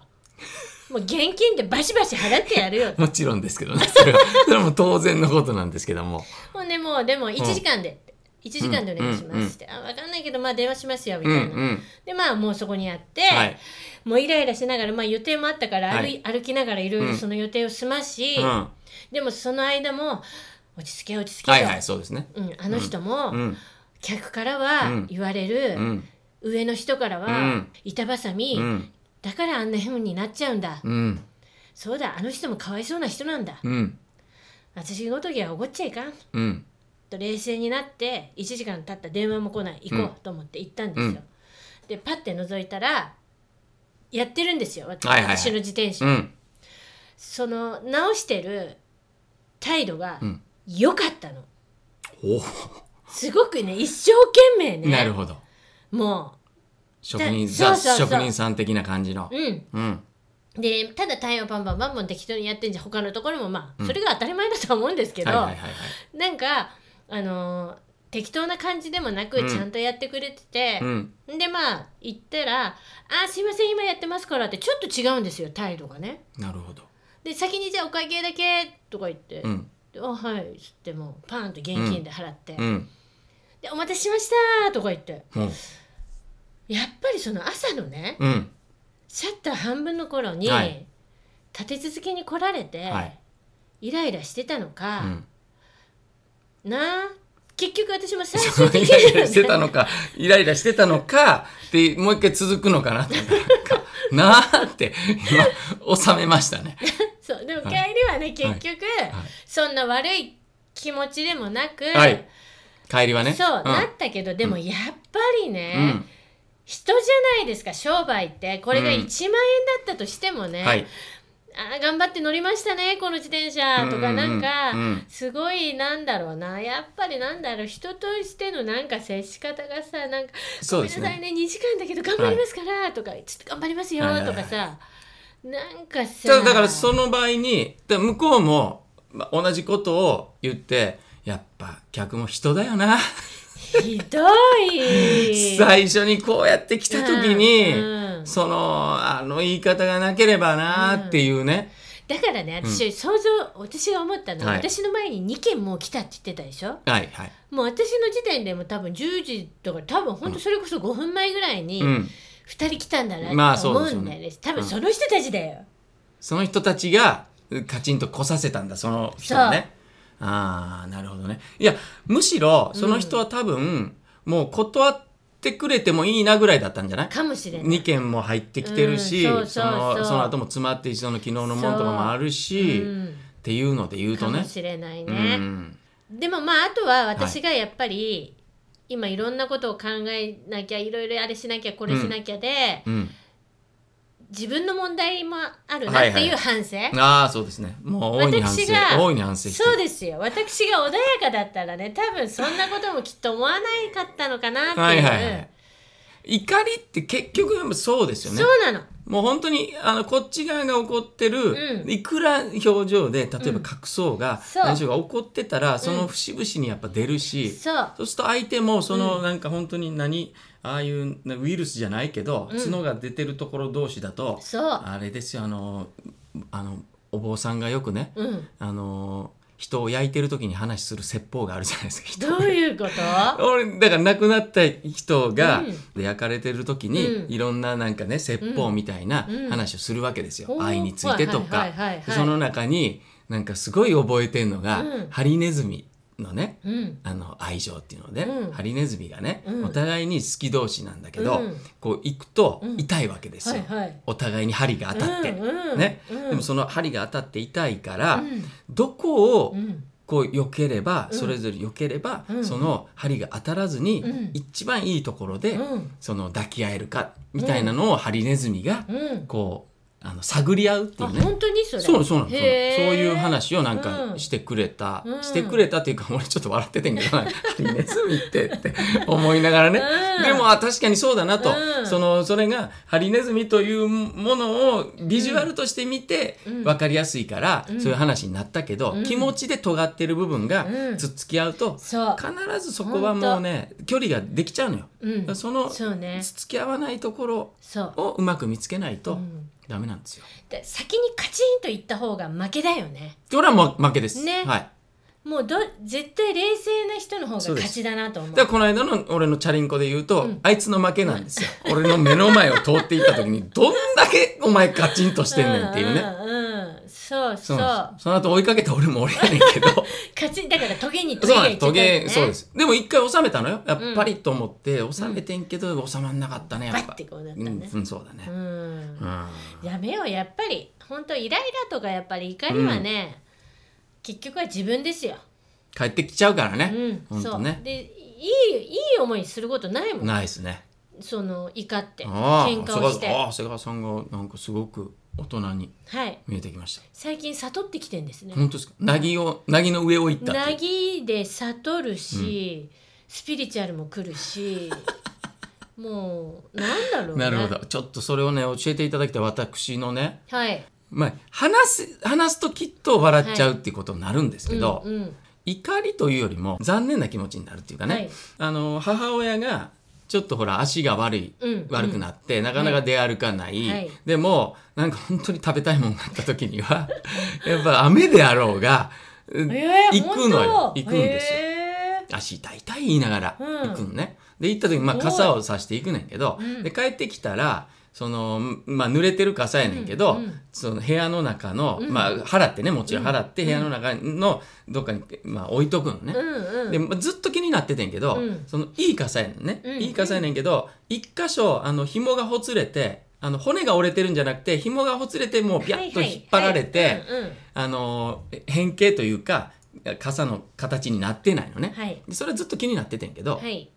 A: もう現金でバシバシ払ってやるよ
B: あもちろんですけどねそれは [laughs] それはもう当然のことなんですけども
A: ほんでもうでも1時間で、一1時間でお願いしますって、あ分かんないけどまあ電話しますよみ
B: う
A: た
B: ん
A: いうな、
B: ん
A: でまあもうそこにあって、
B: はい
A: もうイライラしながら、まあ、予定もあったから歩,、
B: はい
A: 歩きながらいろいろその予定を済まし、
B: うんは
A: でもその間も落ち着け落ち着
B: い
A: けよ、
B: はいそうですね
A: うん、あの人も、
B: うん
A: 客から
B: う
A: は
B: ん
A: 言われ
B: う
A: る、
B: ん
A: 上の人から
B: う
A: は
B: ん
A: 板挟み、
B: うん
A: だからあんな風になっちゃうんだ、
B: うん
A: そうだあの人もかわいそうな人なんだ、
B: うん
A: 私ごときは怒っちゃいかん
B: うん
A: と冷静になって1時間経った電話も来ない行こうと思って行ったんですよ、でパッて覗いたらやってるんですよ私,、
B: はいはいはい
A: 私の自転車、
B: うん
A: その直してる態度が
B: うん
A: 良かったの、
B: お
A: すごくね一生懸命ね
B: なるほど
A: も
B: 職人
A: だそ
B: ザ
A: うそうそう
B: 職人さん的な感じの
A: ううん
B: うん
A: でただ体をパンパンパンパン適当にやってんじゃん他のところもまあそれが当たり前だとは思うんですけど、
B: はいはいはいはい
A: なんかあのー適当な感じでもなく
B: うん
A: ちゃんとやってくれてて
B: う、ん
A: でまあ行ったら「あーすいません今やってますから」ってちょっと違うんですよ態度がね。
B: なるほど
A: で先にじゃあお会計だけとか言って「
B: うん
A: あはい」つってもうパーンと現金で払って「
B: うん
A: でお待たせしました」とか言って
B: もう
A: やっぱりその朝のね
B: うん
A: シャッター半分の頃に、
B: はい
A: 立て続けに来られて、
B: はい
A: イライラしてたの
B: う
A: か、
B: ん
A: なあ結局私も最
B: そ
A: 終
B: うイ
A: 的
B: ライラして
A: に
B: た
A: はね
B: のかイライラしてたのかでもう一回続くのか
A: [laughs]
B: なと思ったらなんかなーって今収めましたね
A: [laughs] そうでも帰
B: はい
A: りはね結局、
B: はい
A: そんな悪い気持ちでもなく、
B: はい帰りはね
A: そう、
B: ん
A: なったけどでもやっぱりね、
B: うん
A: 人じゃないですか商売ってこれが1
B: うん
A: 万円だったとしてもね、
B: はい
A: あー頑張って乗りましたねこの自転車とか
B: うんうん
A: な
B: うん
A: んか、
B: うん
A: すごいなんだろうなやっぱりなんだろう人としてのなんか接し方がさなんか
B: そうです
A: ごめんなさい
B: ね
A: ね2時間だけど頑張りますから」とか「ちょっと頑張りますよ
B: はい」
A: とかさなんかさ
B: ただだからその場合にだ向こうもま同じことを言ってやっぱ客も人だよな
A: ひど
B: [laughs]
A: い
B: 最初にこうやって来た時に、
A: うんうん
B: そのあの言い方がなければなーっていうね、
A: だからね私、想像私が思ったのは、
B: はい
A: 私の前に2件もう来たって言ってたでしょ
B: はいはい、
A: もう私の時点でも多分10時とか多分本当それこそ5分前ぐらいに
B: う
A: 2
B: ん、
A: 人来たんだ
B: ま
A: な
B: あ
A: って
B: そ
A: 思
B: う
A: う
B: ですよ
A: ん
B: ね
A: だよね多分その人たちだよ、
B: その人たちがカチンと来させたんだその人をねああなるほどねいやむしろその人は多分、もう断ってくれてもいいなぐらいだったんじゃない
A: かもしれない
B: 2件も入ってきてるし、
A: うんそうそ
B: そ
A: うそう
B: のその後も詰まって一度の昨日のもんとかもあるし、
A: うん
B: っていうので言うと
A: かも
B: ね
A: しれないうね、
B: ん、
A: でもまああとは私がやっぱり、今いろんなことを考えなきゃいろいろあれしなきゃこれしなきゃで、
B: うん、
A: 自分の問題もある
B: は
A: ないっ
B: は
A: て
B: い
A: いう反省、
B: ああそうですねもう大いに反省
A: 私が
B: 大いに反省して
A: そう
B: る
A: ですよ私が穏やかだったらね多分そんなこともきっと思わないかったのかなっていう、
B: はいはいはい怒りって結局やっぱそうですよね
A: そうなの
B: もう本当にあのこっち側が怒ってる、
A: うん
B: いくら表情で例えば隠そうが、
A: そう
B: 何しようが怒ってたらその節々にやっぱ出るし、
A: そう
B: そうすると相手もそのなんか本当に何ああいうなウイルスじゃないけど、角が出てるところ同士だと
A: そう
B: あれですよあのあのお坊さんがよくね、
A: うん
B: あの人を焼いてる時に話する説法があるじゃないですか人
A: どういう
B: [laughs]
A: こと
B: 俺だから亡くなった人が、
A: うん
B: で焼かれてる時に、
A: うん
B: いろんななんかね説法みたいな
A: うん
B: 話をするわけですよ、
A: ほう
B: 愛についてと
A: は
B: か
A: いはいはいはい
B: その中になんかすごい覚えてんのが、
A: うん
B: ハリネズミのね
A: うん
B: あの愛情っていうので、
A: うん
B: ハリネズミがね、
A: うん
B: お互いに好き同士なんだけど、
A: うん
B: こう行くと
A: うん
B: 痛いわけです
A: は
B: よ、
A: いはい
B: お互いに針が当たって、
A: うんうん
B: ね、
A: うん
B: でもその針が当たって痛いから、
A: うん
B: どこを
A: うん
B: こう良ければ、
A: うん
B: それぞれ良ければ、
A: うん
B: その針が当たらずに、
A: うん
B: 一番いいところで、
A: うん
B: その抱き合えるかみたいなのをハリネズミが
A: うん
B: こうあの探り合うってい
A: あ
B: うね。
A: 本当にそれ
B: そうそうなんですそ
A: へ
B: う
A: ー
B: いう話をなん
A: う
B: か
A: ん
B: してくれた、
A: うん
B: してくれたっていうか俺ちょっと笑っててんけど、ハリネズミってって思いながらね、
A: うん
B: でもあ確かにそうだなと、
A: うん
B: そのそれがハリネズミというものをビジュアルとして見て
A: うん
B: 分かりやすいから、
A: うん
B: そういう話になったけど、
A: うん
B: 気持ちで尖ってる部分が
A: うん
B: つっつき合うと、
A: そう
B: 必ずそこはもうね距離ができちゃうのよ。
A: うん
B: その
A: そうね
B: つつき合わないところ
A: そう
B: をうまく見つけないうと
A: ん
B: ダメなんですよ。
A: で先にカチンと言った方が負けだよね
B: これはもう負けです。
A: ね
B: はい。
A: もうど絶対冷静な人の方が勝ちだなと思う
B: だからこの間の俺のチャリンコで言うと、
A: うん
B: あいつの負けなんですよ。俺の目の前を通っていった時にどんだけお前カチンとしてんねんっていうね。
A: うんうんうんそう
B: そ
A: そうう
B: なんですその後追いかけた俺も俺やねん
A: [laughs]
B: けど
A: カチンだからトゲにト
B: そう
A: ゲ
B: な
A: がいって
B: んですト
A: たよ
B: ゲ
A: ね
B: そうですでも一回収めたのよやっぱりと思って収めてんけど収まんなかったねや
A: バ
B: っ
A: ッ
B: ぱ
A: てこうなった
B: うん、
A: ね
B: うんそうだね
A: う、ん
B: うん、
A: やめようやっぱり本当イライラとかやっぱり怒りはね、結局は自分ですよ。
B: 帰ってきちゃうから
A: う
B: ね、
A: ん、
B: ほん
A: そ
B: と
A: う
B: ね
A: でいいいい思いすることないもん
B: ないですね
A: その怒って
B: ああ
A: 喧嘩をして
B: ああ瀬川さんがなんかすごく大人に
A: はい
B: 見えてきました
A: 最近悟ってきてんですね。
B: 本当ですかなぎをなぎの上を行ったっていう
A: なぎで悟るし、スピリチュアルも来る
B: [laughs]
A: しもうなんだろうね。
B: なるほどちょっとそれをね教えていただきたい私のね、
A: はい。
B: まあ、話す話すときっと笑っちゃうっていうことになるんですけど、
A: うんうん
B: 怒りというよりも残念な気持ちになるっていうかね、
A: はい
B: あの母親がちょっとほら足が悪い、
A: うん
B: 悪くなってなかなか出歩かない、
A: はい
B: でもなんか本当に食べたいものがあった時にはやっぱ雨であろうが、
A: えー、
B: 行くのよ
A: 本当
B: 行くんですよ。
A: へ
B: 足痛い痛い言いながら
A: うん
B: 行くんね、で行った時、まあ、
A: すごい
B: 傘を差して行くねんけど、
A: うん
B: で帰ってきたらその、まあ、濡れてる傘やねんけど、
A: うんうん
B: その部屋の中の、
A: うん
B: まあ、払ってねもちろん払って部屋の中のどっかに、まあ、置いとくのね
A: ー。うんうん。
B: でまあずっと気になっててんけど、
A: うん
B: そのいい傘やねんね、
A: うん
B: いい傘やねんけど一箇所あの紐がほつれてあの骨が折れてるんじゃなくて紐がほつれてもうビャッと引っ張られて、
A: はいはいはいうんうん
B: あの変形というか傘の形になってないのね、
A: はい
B: でそれはずっと気になっててんけど、
A: はい。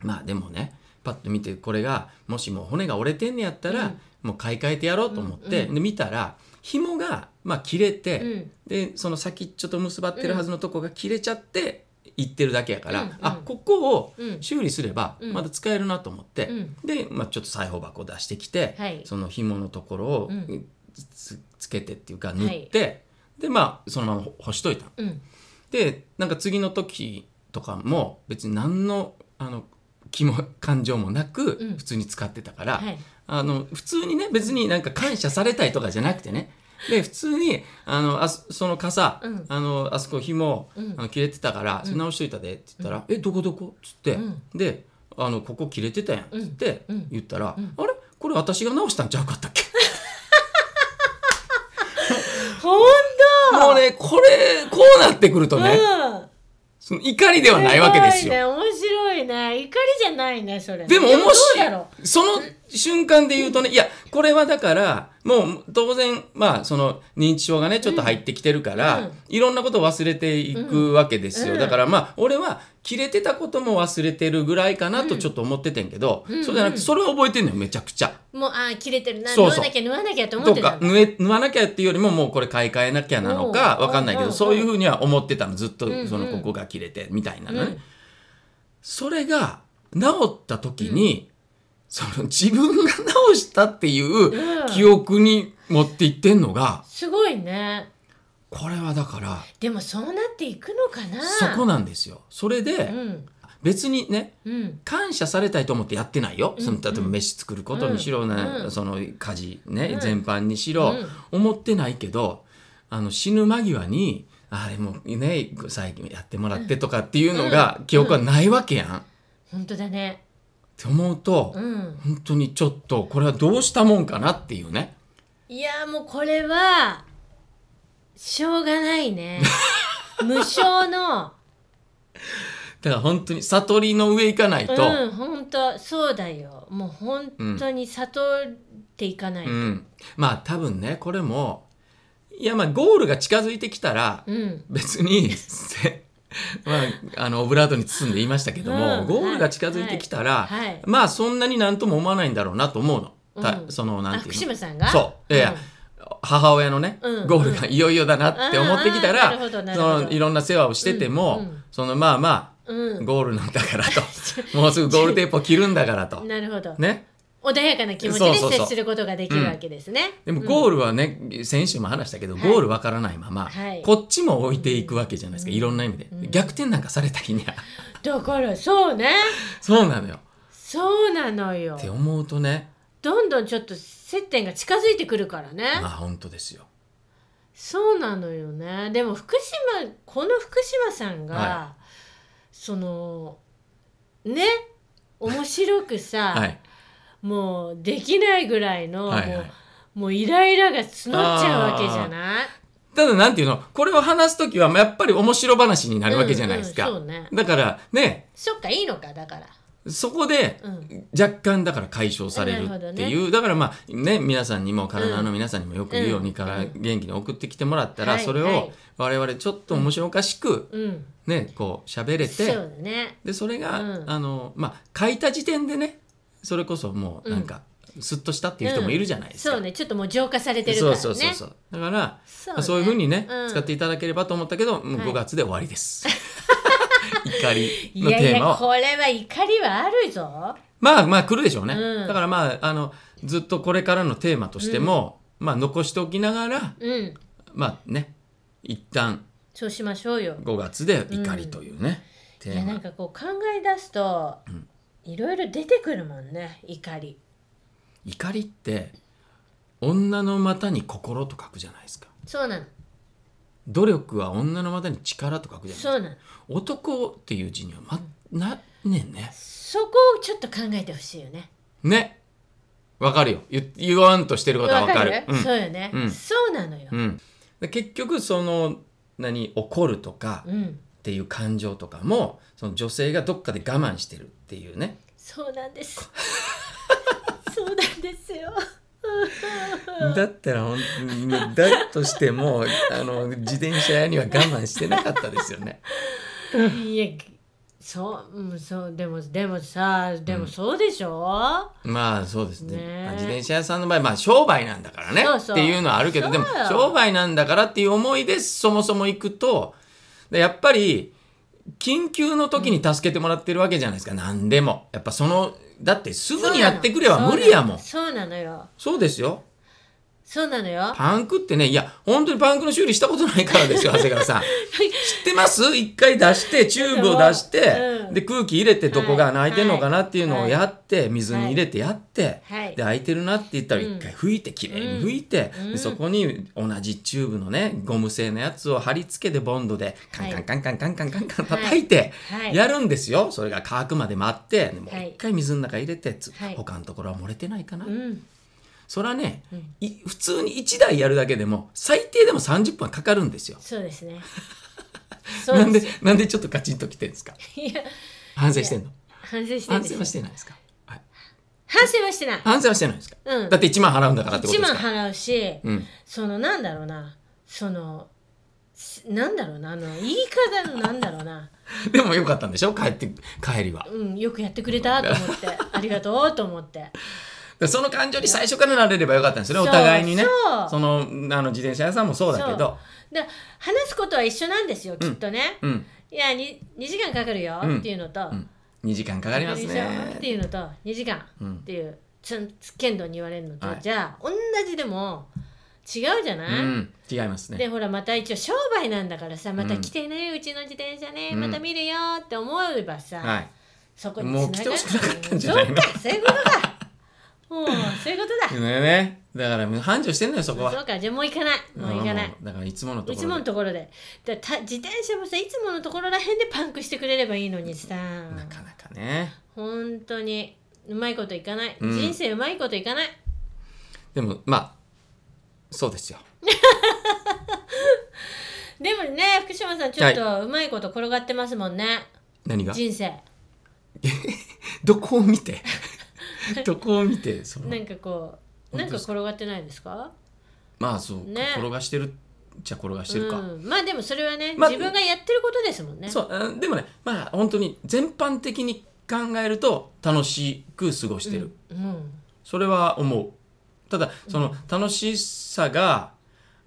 B: まあでもねパッと見てこれがもしもう骨が折れてんねやったら、
A: うん
B: もう買い替えてやろうと思って、
A: うんう
B: で見たら紐がまあ切れて、
A: うん
B: でその先っちょと結ばってるはずのとこが切れちゃって行ってるだけやから、
A: うんうん
B: あここを
A: うん
B: 修理すれば
A: うん
B: まだ使えるなと思って、
A: うん
B: で、まあ、ちょっと裁縫箱出してきて、
A: はい
B: その紐のところを、
A: うん
B: つつけてっていうか塗って、でまあそのまま干干しといた
A: うん
B: でなんか次の時とかも別に何のあの気も感情もなく
A: うん
B: 普通に使ってたから、
A: はい
B: あの普通にね別になんか感謝されたいとかじゃなくてねで普通にあのあそその傘、
A: うん
B: あのあそこ紐、
A: うん
B: あの切れてたから、
A: ん
B: それ直しといたでって言ったら「えどこどこ?」っつって、
A: うん
B: であの「ここ切れてたやん」っつって
A: うんうん
B: 言ったら「
A: ん
B: あれこれ私が直したんちゃうかったっけ?」
A: ほん
B: もうねこれこうなってくると
A: と
B: ね、
A: うん
B: その怒りではないわけですよ。
A: ごいね面白いね怒りじゃないねそれ
B: でも
A: ど
B: 面
A: う
B: 白
A: だろ
B: い。その瞬間で言うとね、いや、これはだから、もう当然、まあ、その認知症がね、ちょっと入ってきてるから、
A: うん
B: いろんなことを忘れていくわけですよ。
A: うん
B: だからまあ、俺は、切れてたことも忘れてるぐらいかなとちょっと思っててんけど、
A: うん
B: そうじゃなくて、それを覚えてんのよ、めちゃくちゃ。
A: うもうあー切れてるな
B: そうそ
A: 縫わ
B: う
A: なきゃ縫わなきゃと思っ
B: と
A: てた
B: か
A: んだ
B: 縫え縫わなきゃっていうよりももうこれ買い替えなきゃなのか
A: うん
B: わかんないけ
A: うん
B: どそういうふうには思ってたのずっ
A: うんう
B: と
A: ん
B: そのここが切れてみたいな
A: う
B: のね
A: ん
B: それが治った時にその自分が治したっていう
A: うん
B: 記憶に持っていってんのが
A: すごいね
B: これはだから
A: でもそうなっていくのかな
B: そこなんですよ。それ
A: う
B: で
A: ん
B: 別にね
A: うん
B: 感謝されたいと思ってやってないよ。
A: うん
B: その例えば飯作ることにしろ、ね
A: うん
B: その家事ね、
A: うん
B: 全般にしろ、思ってないけどあの死ぬ間際にあれもうね最近やってもらってとかっていうのが記憶はないわけやん、っ
A: 本当だね
B: て思うと、
A: うん
B: 本当にちょっとこれはどうしたもんかなっていうね
A: いやもうこれはしょうがない
B: [laughs]
A: ね無償の
B: だから本当に悟りの上行かないと、
A: うん本当そうだよもう本当に悟っていかない、
B: うんまあ多分ねこれもいやまあゴールが近づいてきたら
A: うん
B: 別に、せまあ、あのオブラートに包んで言いましたけども、
A: うん
B: ゴールが近づいてきたら、
A: はい
B: まあそんなになんとも思わないんだろうなと思うの。た
A: うん
B: そのな
A: あ
B: んて
A: 福
B: いうの
A: 島さんが
B: そういやいや母親のね、
A: うん
B: ゴールがいよいよだなって思ってきた
A: うん
B: ら、
A: うんうんなるほどなる
B: そ
A: ほど
B: のいろんな世話をしてても、
A: うんうん
B: そのまあま
A: うん
B: あゴールなんだからともうすぐゴールテープを切るんだから
A: う
B: と
A: ん、 [laughs] なるほど、
B: ね
A: 穏やかな気持ち
B: そう
A: で
B: そうそう
A: 接することができるわけですね
B: でも
A: うん
B: ゴールはね、先週も話したけど、
A: はい
B: ゴールわからないまま、
A: はい
B: こっちも置いていくわけじゃないですか、いろんな意味で、
A: うん
B: 逆転なんかされた日には [laughs]
A: だからそうね
B: そうなのよ
A: そうなのよ
B: って思うとね
A: どんどんちょっと接点が近づいてくるからね、
B: まあ本当ですよ
A: そうなのよねでも福島この福島さんが、
B: は
A: そのね面白くさ、
B: [laughs] はい
A: もうできないぐらいの、
B: はい
A: も
B: は
A: う
B: い
A: もうイライラが募っちゃうわけじゃない
B: ただなんていうのこれを話す時はやっぱり面白話になるわけじゃないですか、
A: うんうんそうね
B: だからね
A: そっかいいのかだから
B: そこで
A: うん
B: 若干だから解消される
A: なるほど
B: ってい
A: ね
B: う、だからまあね皆さんにも体の皆さんにもよく言うよう
A: うん
B: にから
A: うん
B: 元気に送ってきてもらったら、
A: はい
B: それ
A: はい
B: を我々ちょっと面白おかしく
A: うん
B: ねこう喋れ
A: そ
B: て、
A: うだね
B: でそれが、
A: うん
B: あのまあ書いた時点でねそれこそもうなんかスッとしたっていう人もいるじゃないですか。
A: そうねちょっともう浄化されてるか
B: そ
A: ら
B: う
A: ね
B: そうそうそうだから
A: そ
B: まあそういうふうにね、
A: うん
B: 使っていただければと思ったけどもう
A: はい
B: 5月で終わ
A: [laughs]
B: りです、怒り
A: い
B: の
A: やい
B: テーマを
A: やこれは怒りはあるぞ
B: まあまあ来るでしょうね、
A: うん
B: だからまああのずっとこれからのテーマとしても、まあ残しておきながら
A: うん
B: まあね一旦
A: そうしましょうよ
B: 5月で怒りというね、
A: い
B: テ
A: や
B: ー
A: な
B: マ
A: んかこう考え出すと、いろいろ出てくるもんね怒り
B: 怒りって女の股に心と書くじゃないですか
A: そうなの
B: 努力は女の股に力と書くじゃないですか
A: そうなの
B: 男っていう字にはまなねんね
A: そこをちょっと考えてほしいよね
B: ねわかるよ言言わんとしてることはわかる
A: わそうよね、
B: うん
A: そうなのよ
B: うんうんで結局その何怒るとか
A: うん、
B: っていう感情とかもその女性がどっかで我慢してるっていうね
A: そうなんです [laughs] そうなんですよ
B: だったら本当に [laughs] だとしてもあの自転車屋には我慢してなかったですよね。
A: いやそう、うん、そうでもでもさでもそうでしょ、
B: [laughs] まあそうですね
A: ねえ
B: 自転車屋さんの場合まあ商売なんだからね
A: そうそう
B: っていうのはあるけどでも
A: そうよ
B: 商売なんだからっていう思いでそもそも行くとでやっぱり緊急の時に助けてもらってるわけじゃないですか、何でもやっぱそのだってすぐにやってくれは無理やもんそう
A: そうなのよ
B: ですよ
A: そうなのよ
B: パンクってね、いや、本当にパンクの修理したことないからですよ、長谷川さん。知ってます一回出して、チューブを出して
A: う、ん
B: で、空気入れて、どこが穴開いてんのかなっていうの
A: は
B: を
A: い
B: やって、水に入れてやって、
A: はい
B: で、開いてるなって言ったら、
A: うん
B: 一回拭いて、きれいに拭いて
A: うん、
B: でそこに同じチューブのね、ゴム製のやつを貼り付けて、ボンドで、カンカンカンカンカンカンカンカン叩いて、
A: はい
B: やるんですよ。それが乾くまで待って、でもう
A: はい
B: 一回水の中入れて、つ
A: はい
B: 他のところは漏れてないかな
A: うん
B: それはね、
A: うん
B: い普通に1台やるだけでも最低でも30分はかかるんですよ。
A: そうです
B: [laughs]
A: ねそう
B: なんですなんでちょっとガチンときてるんですか
A: いや
B: 反省してんの
A: 反省してるん
B: 反
A: です
B: 省
A: よ
B: はしてないですか、はい、
A: 反省はしてない
B: 反省はしてないですか、
A: うん
B: だって1万払うんだからってこと
A: 1
B: です
A: 万
B: か
A: 払うし、
B: うん、
A: そのなんだろうなそのすなんだろうなあの言い方のなんだろうな
B: でもよかったんでしょ帰って帰りは
A: うんよくやってくれたと思って
B: [laughs]
A: ありがとうと思って
B: でその感情に最初からなれればよかったんですよねお互いにね
A: そう
B: そのあの自転車屋さんもそうだけど
A: で話すことは一緒なんですよきっとね、
B: うん
A: いや 2, 2時間かかるよ
B: うん
A: っていうのと、
B: うん2時間かかります
A: っ
B: ね
A: ていうのと2時間
B: うん
A: っていうつんつけんどに言われるのと、
B: はい
A: じゃあ同じでも違うじゃ
B: う
A: ない、
B: ん違います
A: で
B: ね
A: ほらまた一応商売なんだからさまた来てね、うちの自転車ねまた見るよって思えばさ、
B: はい
A: そこに
B: もう来てほしくなかったんじゃないの
A: そうかそういうこと
B: [laughs]
A: かもうそういうことだ、
B: ねねだから繁盛してんのよそこは
A: そうかじゃあもう行かないもう行かない、
B: うんだからいつものと
A: い
B: こ
A: つ
B: ろ
A: もの
B: で
A: ところでだた自転車もさいつものところらへんでパンクしてくれればいいのにさ
B: なかなかね
A: 本当にうまいこといかない、
B: うん
A: 人生うまいこといかない
B: でもまあそうですよ
A: でもね福島さんちょっとうまいこと転がってますもんね、
B: 何が
A: 人生
B: どこを
A: [laughs]
B: 見てどこを見てその
A: なんかこうなんか転がってないですか
B: まあそう、
A: ね
B: 転がしてるじゃ転がしてるか、
A: うん、まあでもそれはね、
B: まあ
A: 自分がやってることですもんね
B: そううんでもねまあ本当に全般的に考えると楽しく過ごしてる、
A: うん
B: それは思うただその楽しさが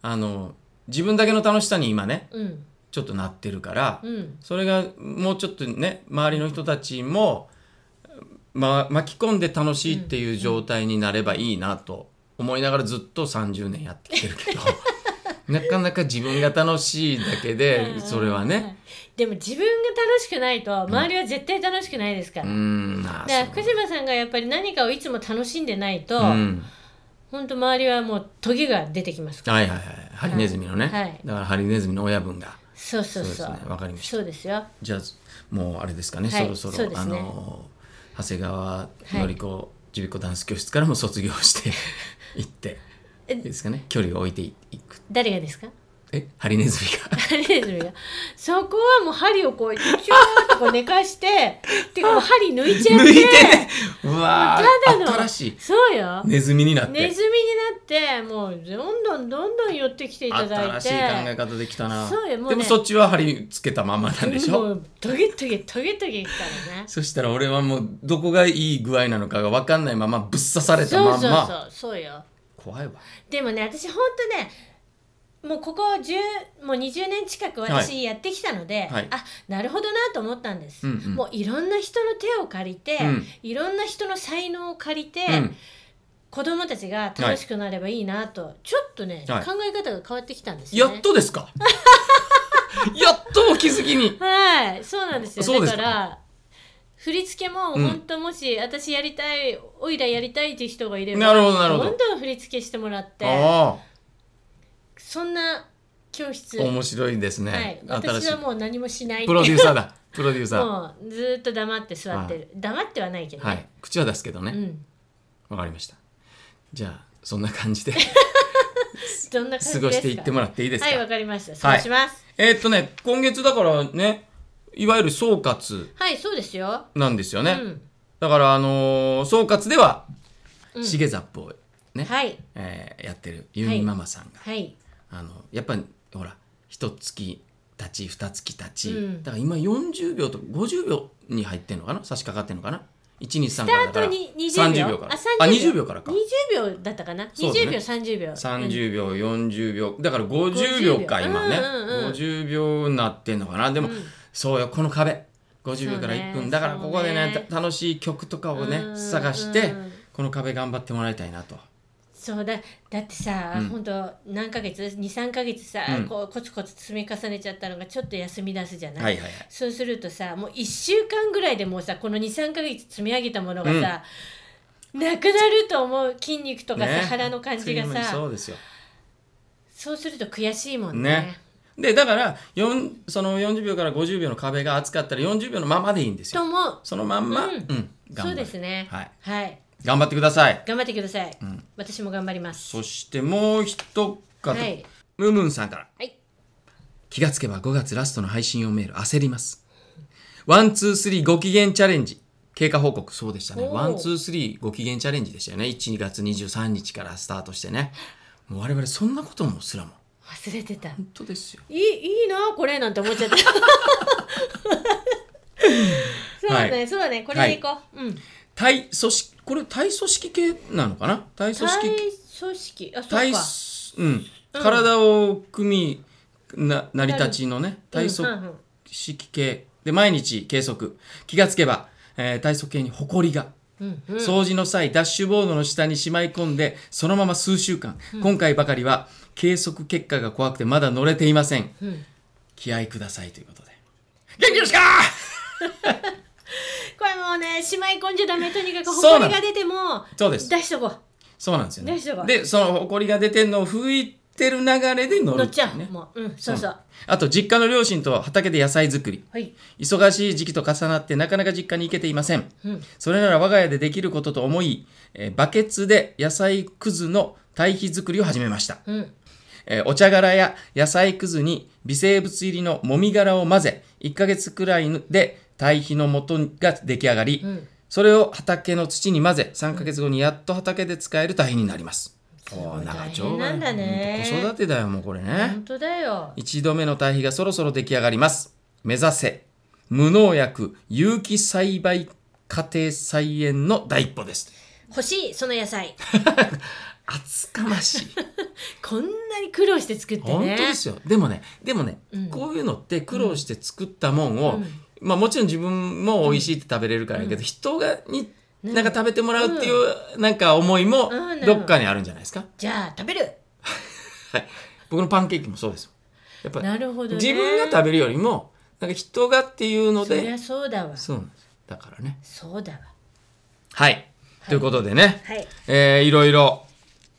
B: あの自分だけの楽しさに今ね
A: うん
B: ちょっとなってるから、
A: うん
B: それがもうちょっとね周りの人たちも、ま、巻き込んで楽しいっていう状態になればいいなと思いながらずっと30年やってきてるけどなかなか自分が楽しいだけでそれはね
A: いでも自分が楽しくないと周りは絶対楽しくないですか
B: う
A: ら、
B: ーんまあ
A: だから
B: そ
A: 福
B: う
A: 島さんがやっぱり何かをいつも楽しんでないと、
B: うん、
A: ほんと周りはもうトゲが出てきますから
B: はいはいはいハリネズミのね、
A: はい
B: だからハリネズミの親分が
A: そうそうそう
B: そうですねわかりました
A: そうですよ
B: じゃあもうあれですかね、
A: はい
B: そろそろ
A: そうで
B: あ
A: すね
B: の長谷川のり子ちびっこダンス教室からも卒業して行ってい
A: え
B: いですかね距離を置いていく
A: 誰がですか
B: えハリネズミが
A: ハリネズミがそこはもう針をこうキューッとこう寝かしててかもう針抜いちゃっ [laughs]
B: [laughs] 抜
A: て
B: いてねうわ
A: ただ
B: ー
A: の
B: 新しい
A: そうよ
B: ネズミになって
A: ネズミになってもうどんどんどんどん寄ってきていただ
B: 新
A: い
B: してい考え方できたな
A: そうよもうね
B: でもそっちは針つけたままなんでし
A: も
B: ょ
A: うトゲトゲトゲトゲきたらね
B: そしたら俺はもうどこがいい具合なのかが分かんないままぶっ刺された
A: そう
B: まん
A: そう
B: ま
A: そうそうよ
B: 怖いわ
A: でもね私ほんとねもうここ10もう20年近く
B: は
A: 私やってきたので、
B: はい
A: あなるほどなと思ったんです、
B: うんうん
A: もういろんな人の手を借りて、
B: うん
A: いろんな人の才能を借りて、
B: うん
A: 子供たちが楽しくなればいいなと、ちょっとね、
B: はい
A: 考え方が変わってきたんです
B: や
A: よね
B: っとですか [laughs] やっとお気づきに
A: はい、そうなんですよ。
B: そうで
A: だ
B: すか
A: から振り付けも
B: うん
A: 本当もし、私やりたい、オイラやりたいっていう人がいれば、
B: なるほどなるほど
A: んどん振り付けしてもらって、
B: あ
A: そんな教室、
B: あ面白いです
A: は
B: ね
A: い、、
B: 新し
A: 私
B: い
A: はもう何もしないって
B: プロデューサーだプロデューサー
A: もうずーっと黙って座ってる。黙ってはないけどね。
B: はい口は出すけど
A: う
B: ね
A: ん。
B: わ、かりましたじゃあそんな
A: [laughs]
B: 感じで
A: どんな感じです
B: 過
A: か。
B: ごしていってもらっていいですか、
A: はい、わかりました。そうします。
B: えーっとね今月だからねいわゆる総括
A: はい、そうですよ。
B: なんですよ
A: う
B: ね、
A: ん。
B: だからあのー総括では
A: うん
B: しげざっぽをね、
A: はい、
B: えーやってるゆみママさんが、
A: はい、
B: あのやっぱりほら一月たち二月たち、
A: うん
B: だから今40秒と50秒に入ってんのかな差し掛かってんのかな123
A: ス
B: からだ
A: タ
B: か
A: ー
B: ら
A: トに20秒
B: 秒から
A: あ
B: あ
A: 30
B: 20秒からか
A: 20秒だったかな、
B: そうだね
A: 20秒30秒
B: 30秒40秒だから50秒か
A: 50秒
B: 今ね、
A: うんうんうん
B: 50秒になってんのかなでも、
A: うん
B: そうよこの壁50秒
A: そ
B: から
A: うね
B: 1分、だからここでね
A: そうね
B: た楽しい曲とかをね
A: うん
B: 探し
A: う
B: て
A: ん
B: この壁頑張ってもらいたいなと
A: そうだだってさ、
B: うん
A: ほんと何ヶ月23ヶ月さ、
B: うん
A: こうコツコツ積み重ねちゃったのがちょっと休み出すじゃない、
B: はいはいはい
A: そうするとさもう1週間ぐらいでもうさこの23ヶ月積み上げたものがさ、なくなると思う筋肉とかさ、
B: ね
A: 腹の感じが
B: 次の日
A: さ
B: そうですよ
A: そうすると悔しいもんね
B: ねでだからよんその40秒から50秒の壁が厚かったら40秒のままでいいんです
A: と
B: よ
A: 思う
B: そのまんま、
A: う
B: うんん頑
A: そ
B: 張る
A: うですね
B: はい、
A: はい
B: 頑張ってください
A: 頑張ってください、
B: ん
A: 私も頑張ります
B: そしてもう一方、
A: はい
B: ムームーンさんから
A: はい
B: 気がつけば5月ラストの配信用メール焦りますワンツースリーご機嫌チャレンジ経過報告そうでしたね
A: おー
B: ワンツースリーご機嫌チャレンジでしたよね1月23日からスタートしてねもう我々そんなこともすらも
A: 忘れてた
B: 本当ですよ
A: いいいいなこれなんて思っちゃった
B: [laughs]
A: そうだね、
B: は
A: そうだねこれでいこう、うん
B: 対組織これ対組織系なのかな対組織
A: 体組織あそう
B: 体
A: か
B: すうん、体を組みな成り立ちのね体
A: うんう
B: 組
A: んうん
B: 織系で毎日計測気がつけば、えー体組系にほこりが、
A: ん
B: 掃除の際ダッシュボードの下にしまい込んでそのまま数週間、今回ばかりは計測結果が怖くてまだ乗れていません、
A: ん
B: 気合いくださいということで元気ですか
A: これもうねしまい込んじゃダメとにかく
B: そう
A: 埃
B: なの
A: が出ても
B: そうです
A: 出しとこう
B: そうなんですよね
A: 大丈夫
B: でそのほこりが出てんのを拭いてる流れで乗る
A: 乗っちゃう、
B: ね
A: もううんそうそう
B: あと実家の両親と畑で野菜作り
A: はい
B: 忙しい時期と重なってなかなか実家に行けていません、それなら我が家でできることと思い、えーバケツで野菜くずの堆肥作りを始めました、
A: うん
B: えーお茶殻や野菜くずに微生物入りのもみ殻を混ぜ1ヶ月くらいで堆肥の元が出来上がり、
A: ん
B: それを畑の土に混ぜ3ヶ月後にやっと畑で使える堆肥になります、
A: ごい
B: おー長
A: 大変なんだね
B: ほんと子育てだよもうこれね、
A: 本当だよ
B: 一度目の堆肥がそろそろ出来上がります。目指せ、無農薬有機栽培家庭菜園の第一歩です。
A: 欲しいその野菜
B: 厚かましい。
A: こんなに苦労して作ってね
B: [laughs] 本当ですよ。でもね、でもね、こういうのって苦労して作ったもんを、まあもちろん自分も美味しいって食べれるからやけど、人がに、なんか食べてもらうっていう、なんか思いも
A: うん
B: どっかにあるんじゃないですか。
A: じゃあ食べる
B: はい。僕のパンケーキもそうですよ。やっぱ、
A: なるほどね
B: 自分が食べるよりも、なんか人がっていうの
A: そり
B: で、
A: ゃそうだわ
B: そうなんです。だからね。
A: そうだわ
B: はい。ということでね、
A: はい
B: えーいろいろ、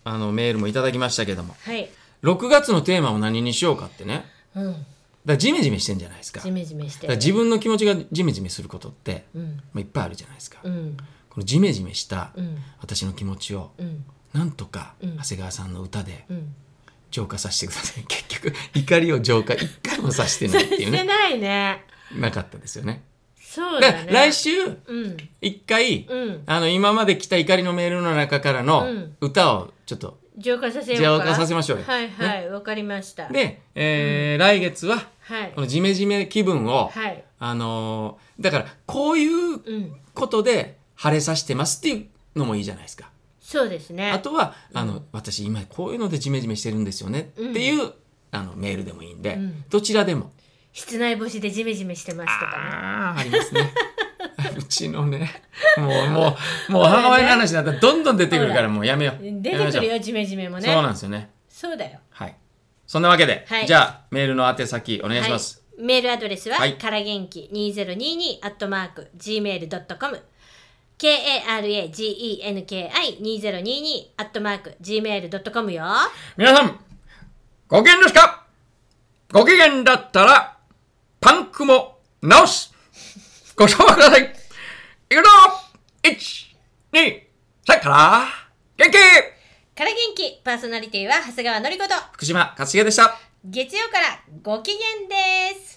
B: あの、メールもいただきましたけども、
A: はい
B: 6月のテーマを何にしようかってね、
A: うん
B: だからジメジメしてんじゃないですか。だ
A: ジ
B: か
A: メジメして
B: ら自分の気持ちがジメジメすることって、
A: うん
B: まあ、いっぱいあるじゃないですか。
A: うん
B: このジメジメした
A: うん
B: 私の気持ちを、
A: うん
B: なんとか、
A: うん
B: 長谷川さんの歌で
A: うん
B: 浄化させてください。 [laughs] 結局、怒りを浄化一回もさせてないって
A: [laughs]
B: いう
A: して
B: ね、
A: ないね
B: なかったですよね。
A: そう
B: だか
A: だね
B: ら来週、
A: うん
B: 一回、
A: うん
B: あの、今まで来た怒りのメールの中から
A: う
B: の
A: ん
B: 歌をちょっと
A: 浄化させようか
B: 浄化させましょうよ
A: はいはいわかりました
B: で、えー来月は
A: はい
B: このジメジメ気分を、
A: はい
B: あのーだからこういう
A: うん
B: ことで晴れさせてますっていうのもいいじゃないですか。
A: そうですね
B: あとはあの私今こういうのでジメジメしてるんですよねっていう、あのメールでもいいんで、
A: ん
B: どちらでも。
A: 室内干しでジメジメしてますとかね
B: あーありま
A: [laughs]
B: すね。うちのねもうもうもう母親の話になったらどんどん出てくるからもうやめよう。
A: 出てくる
B: やめましょ
A: よジメジメも
B: う
A: ね
B: そうなんですよね。
A: そうだよ
B: はい。そんなわけで、
A: はい
B: じゃあメールの宛先お願いします。
A: はい、メールアドレスは、
B: はい
A: から元気2022アットマーク gmail.com k-a-r-a-g-e-n-k-i2022 アットマーク gmail.com よ
B: 皆さん、ご機嫌ですかご機嫌だったら、パンクも直すご賞くださいいくぞ !1、2、3から、元気
A: から元気パーソナリティは長谷川のりこと
B: 福島勝重でした
A: 月曜からご機嫌です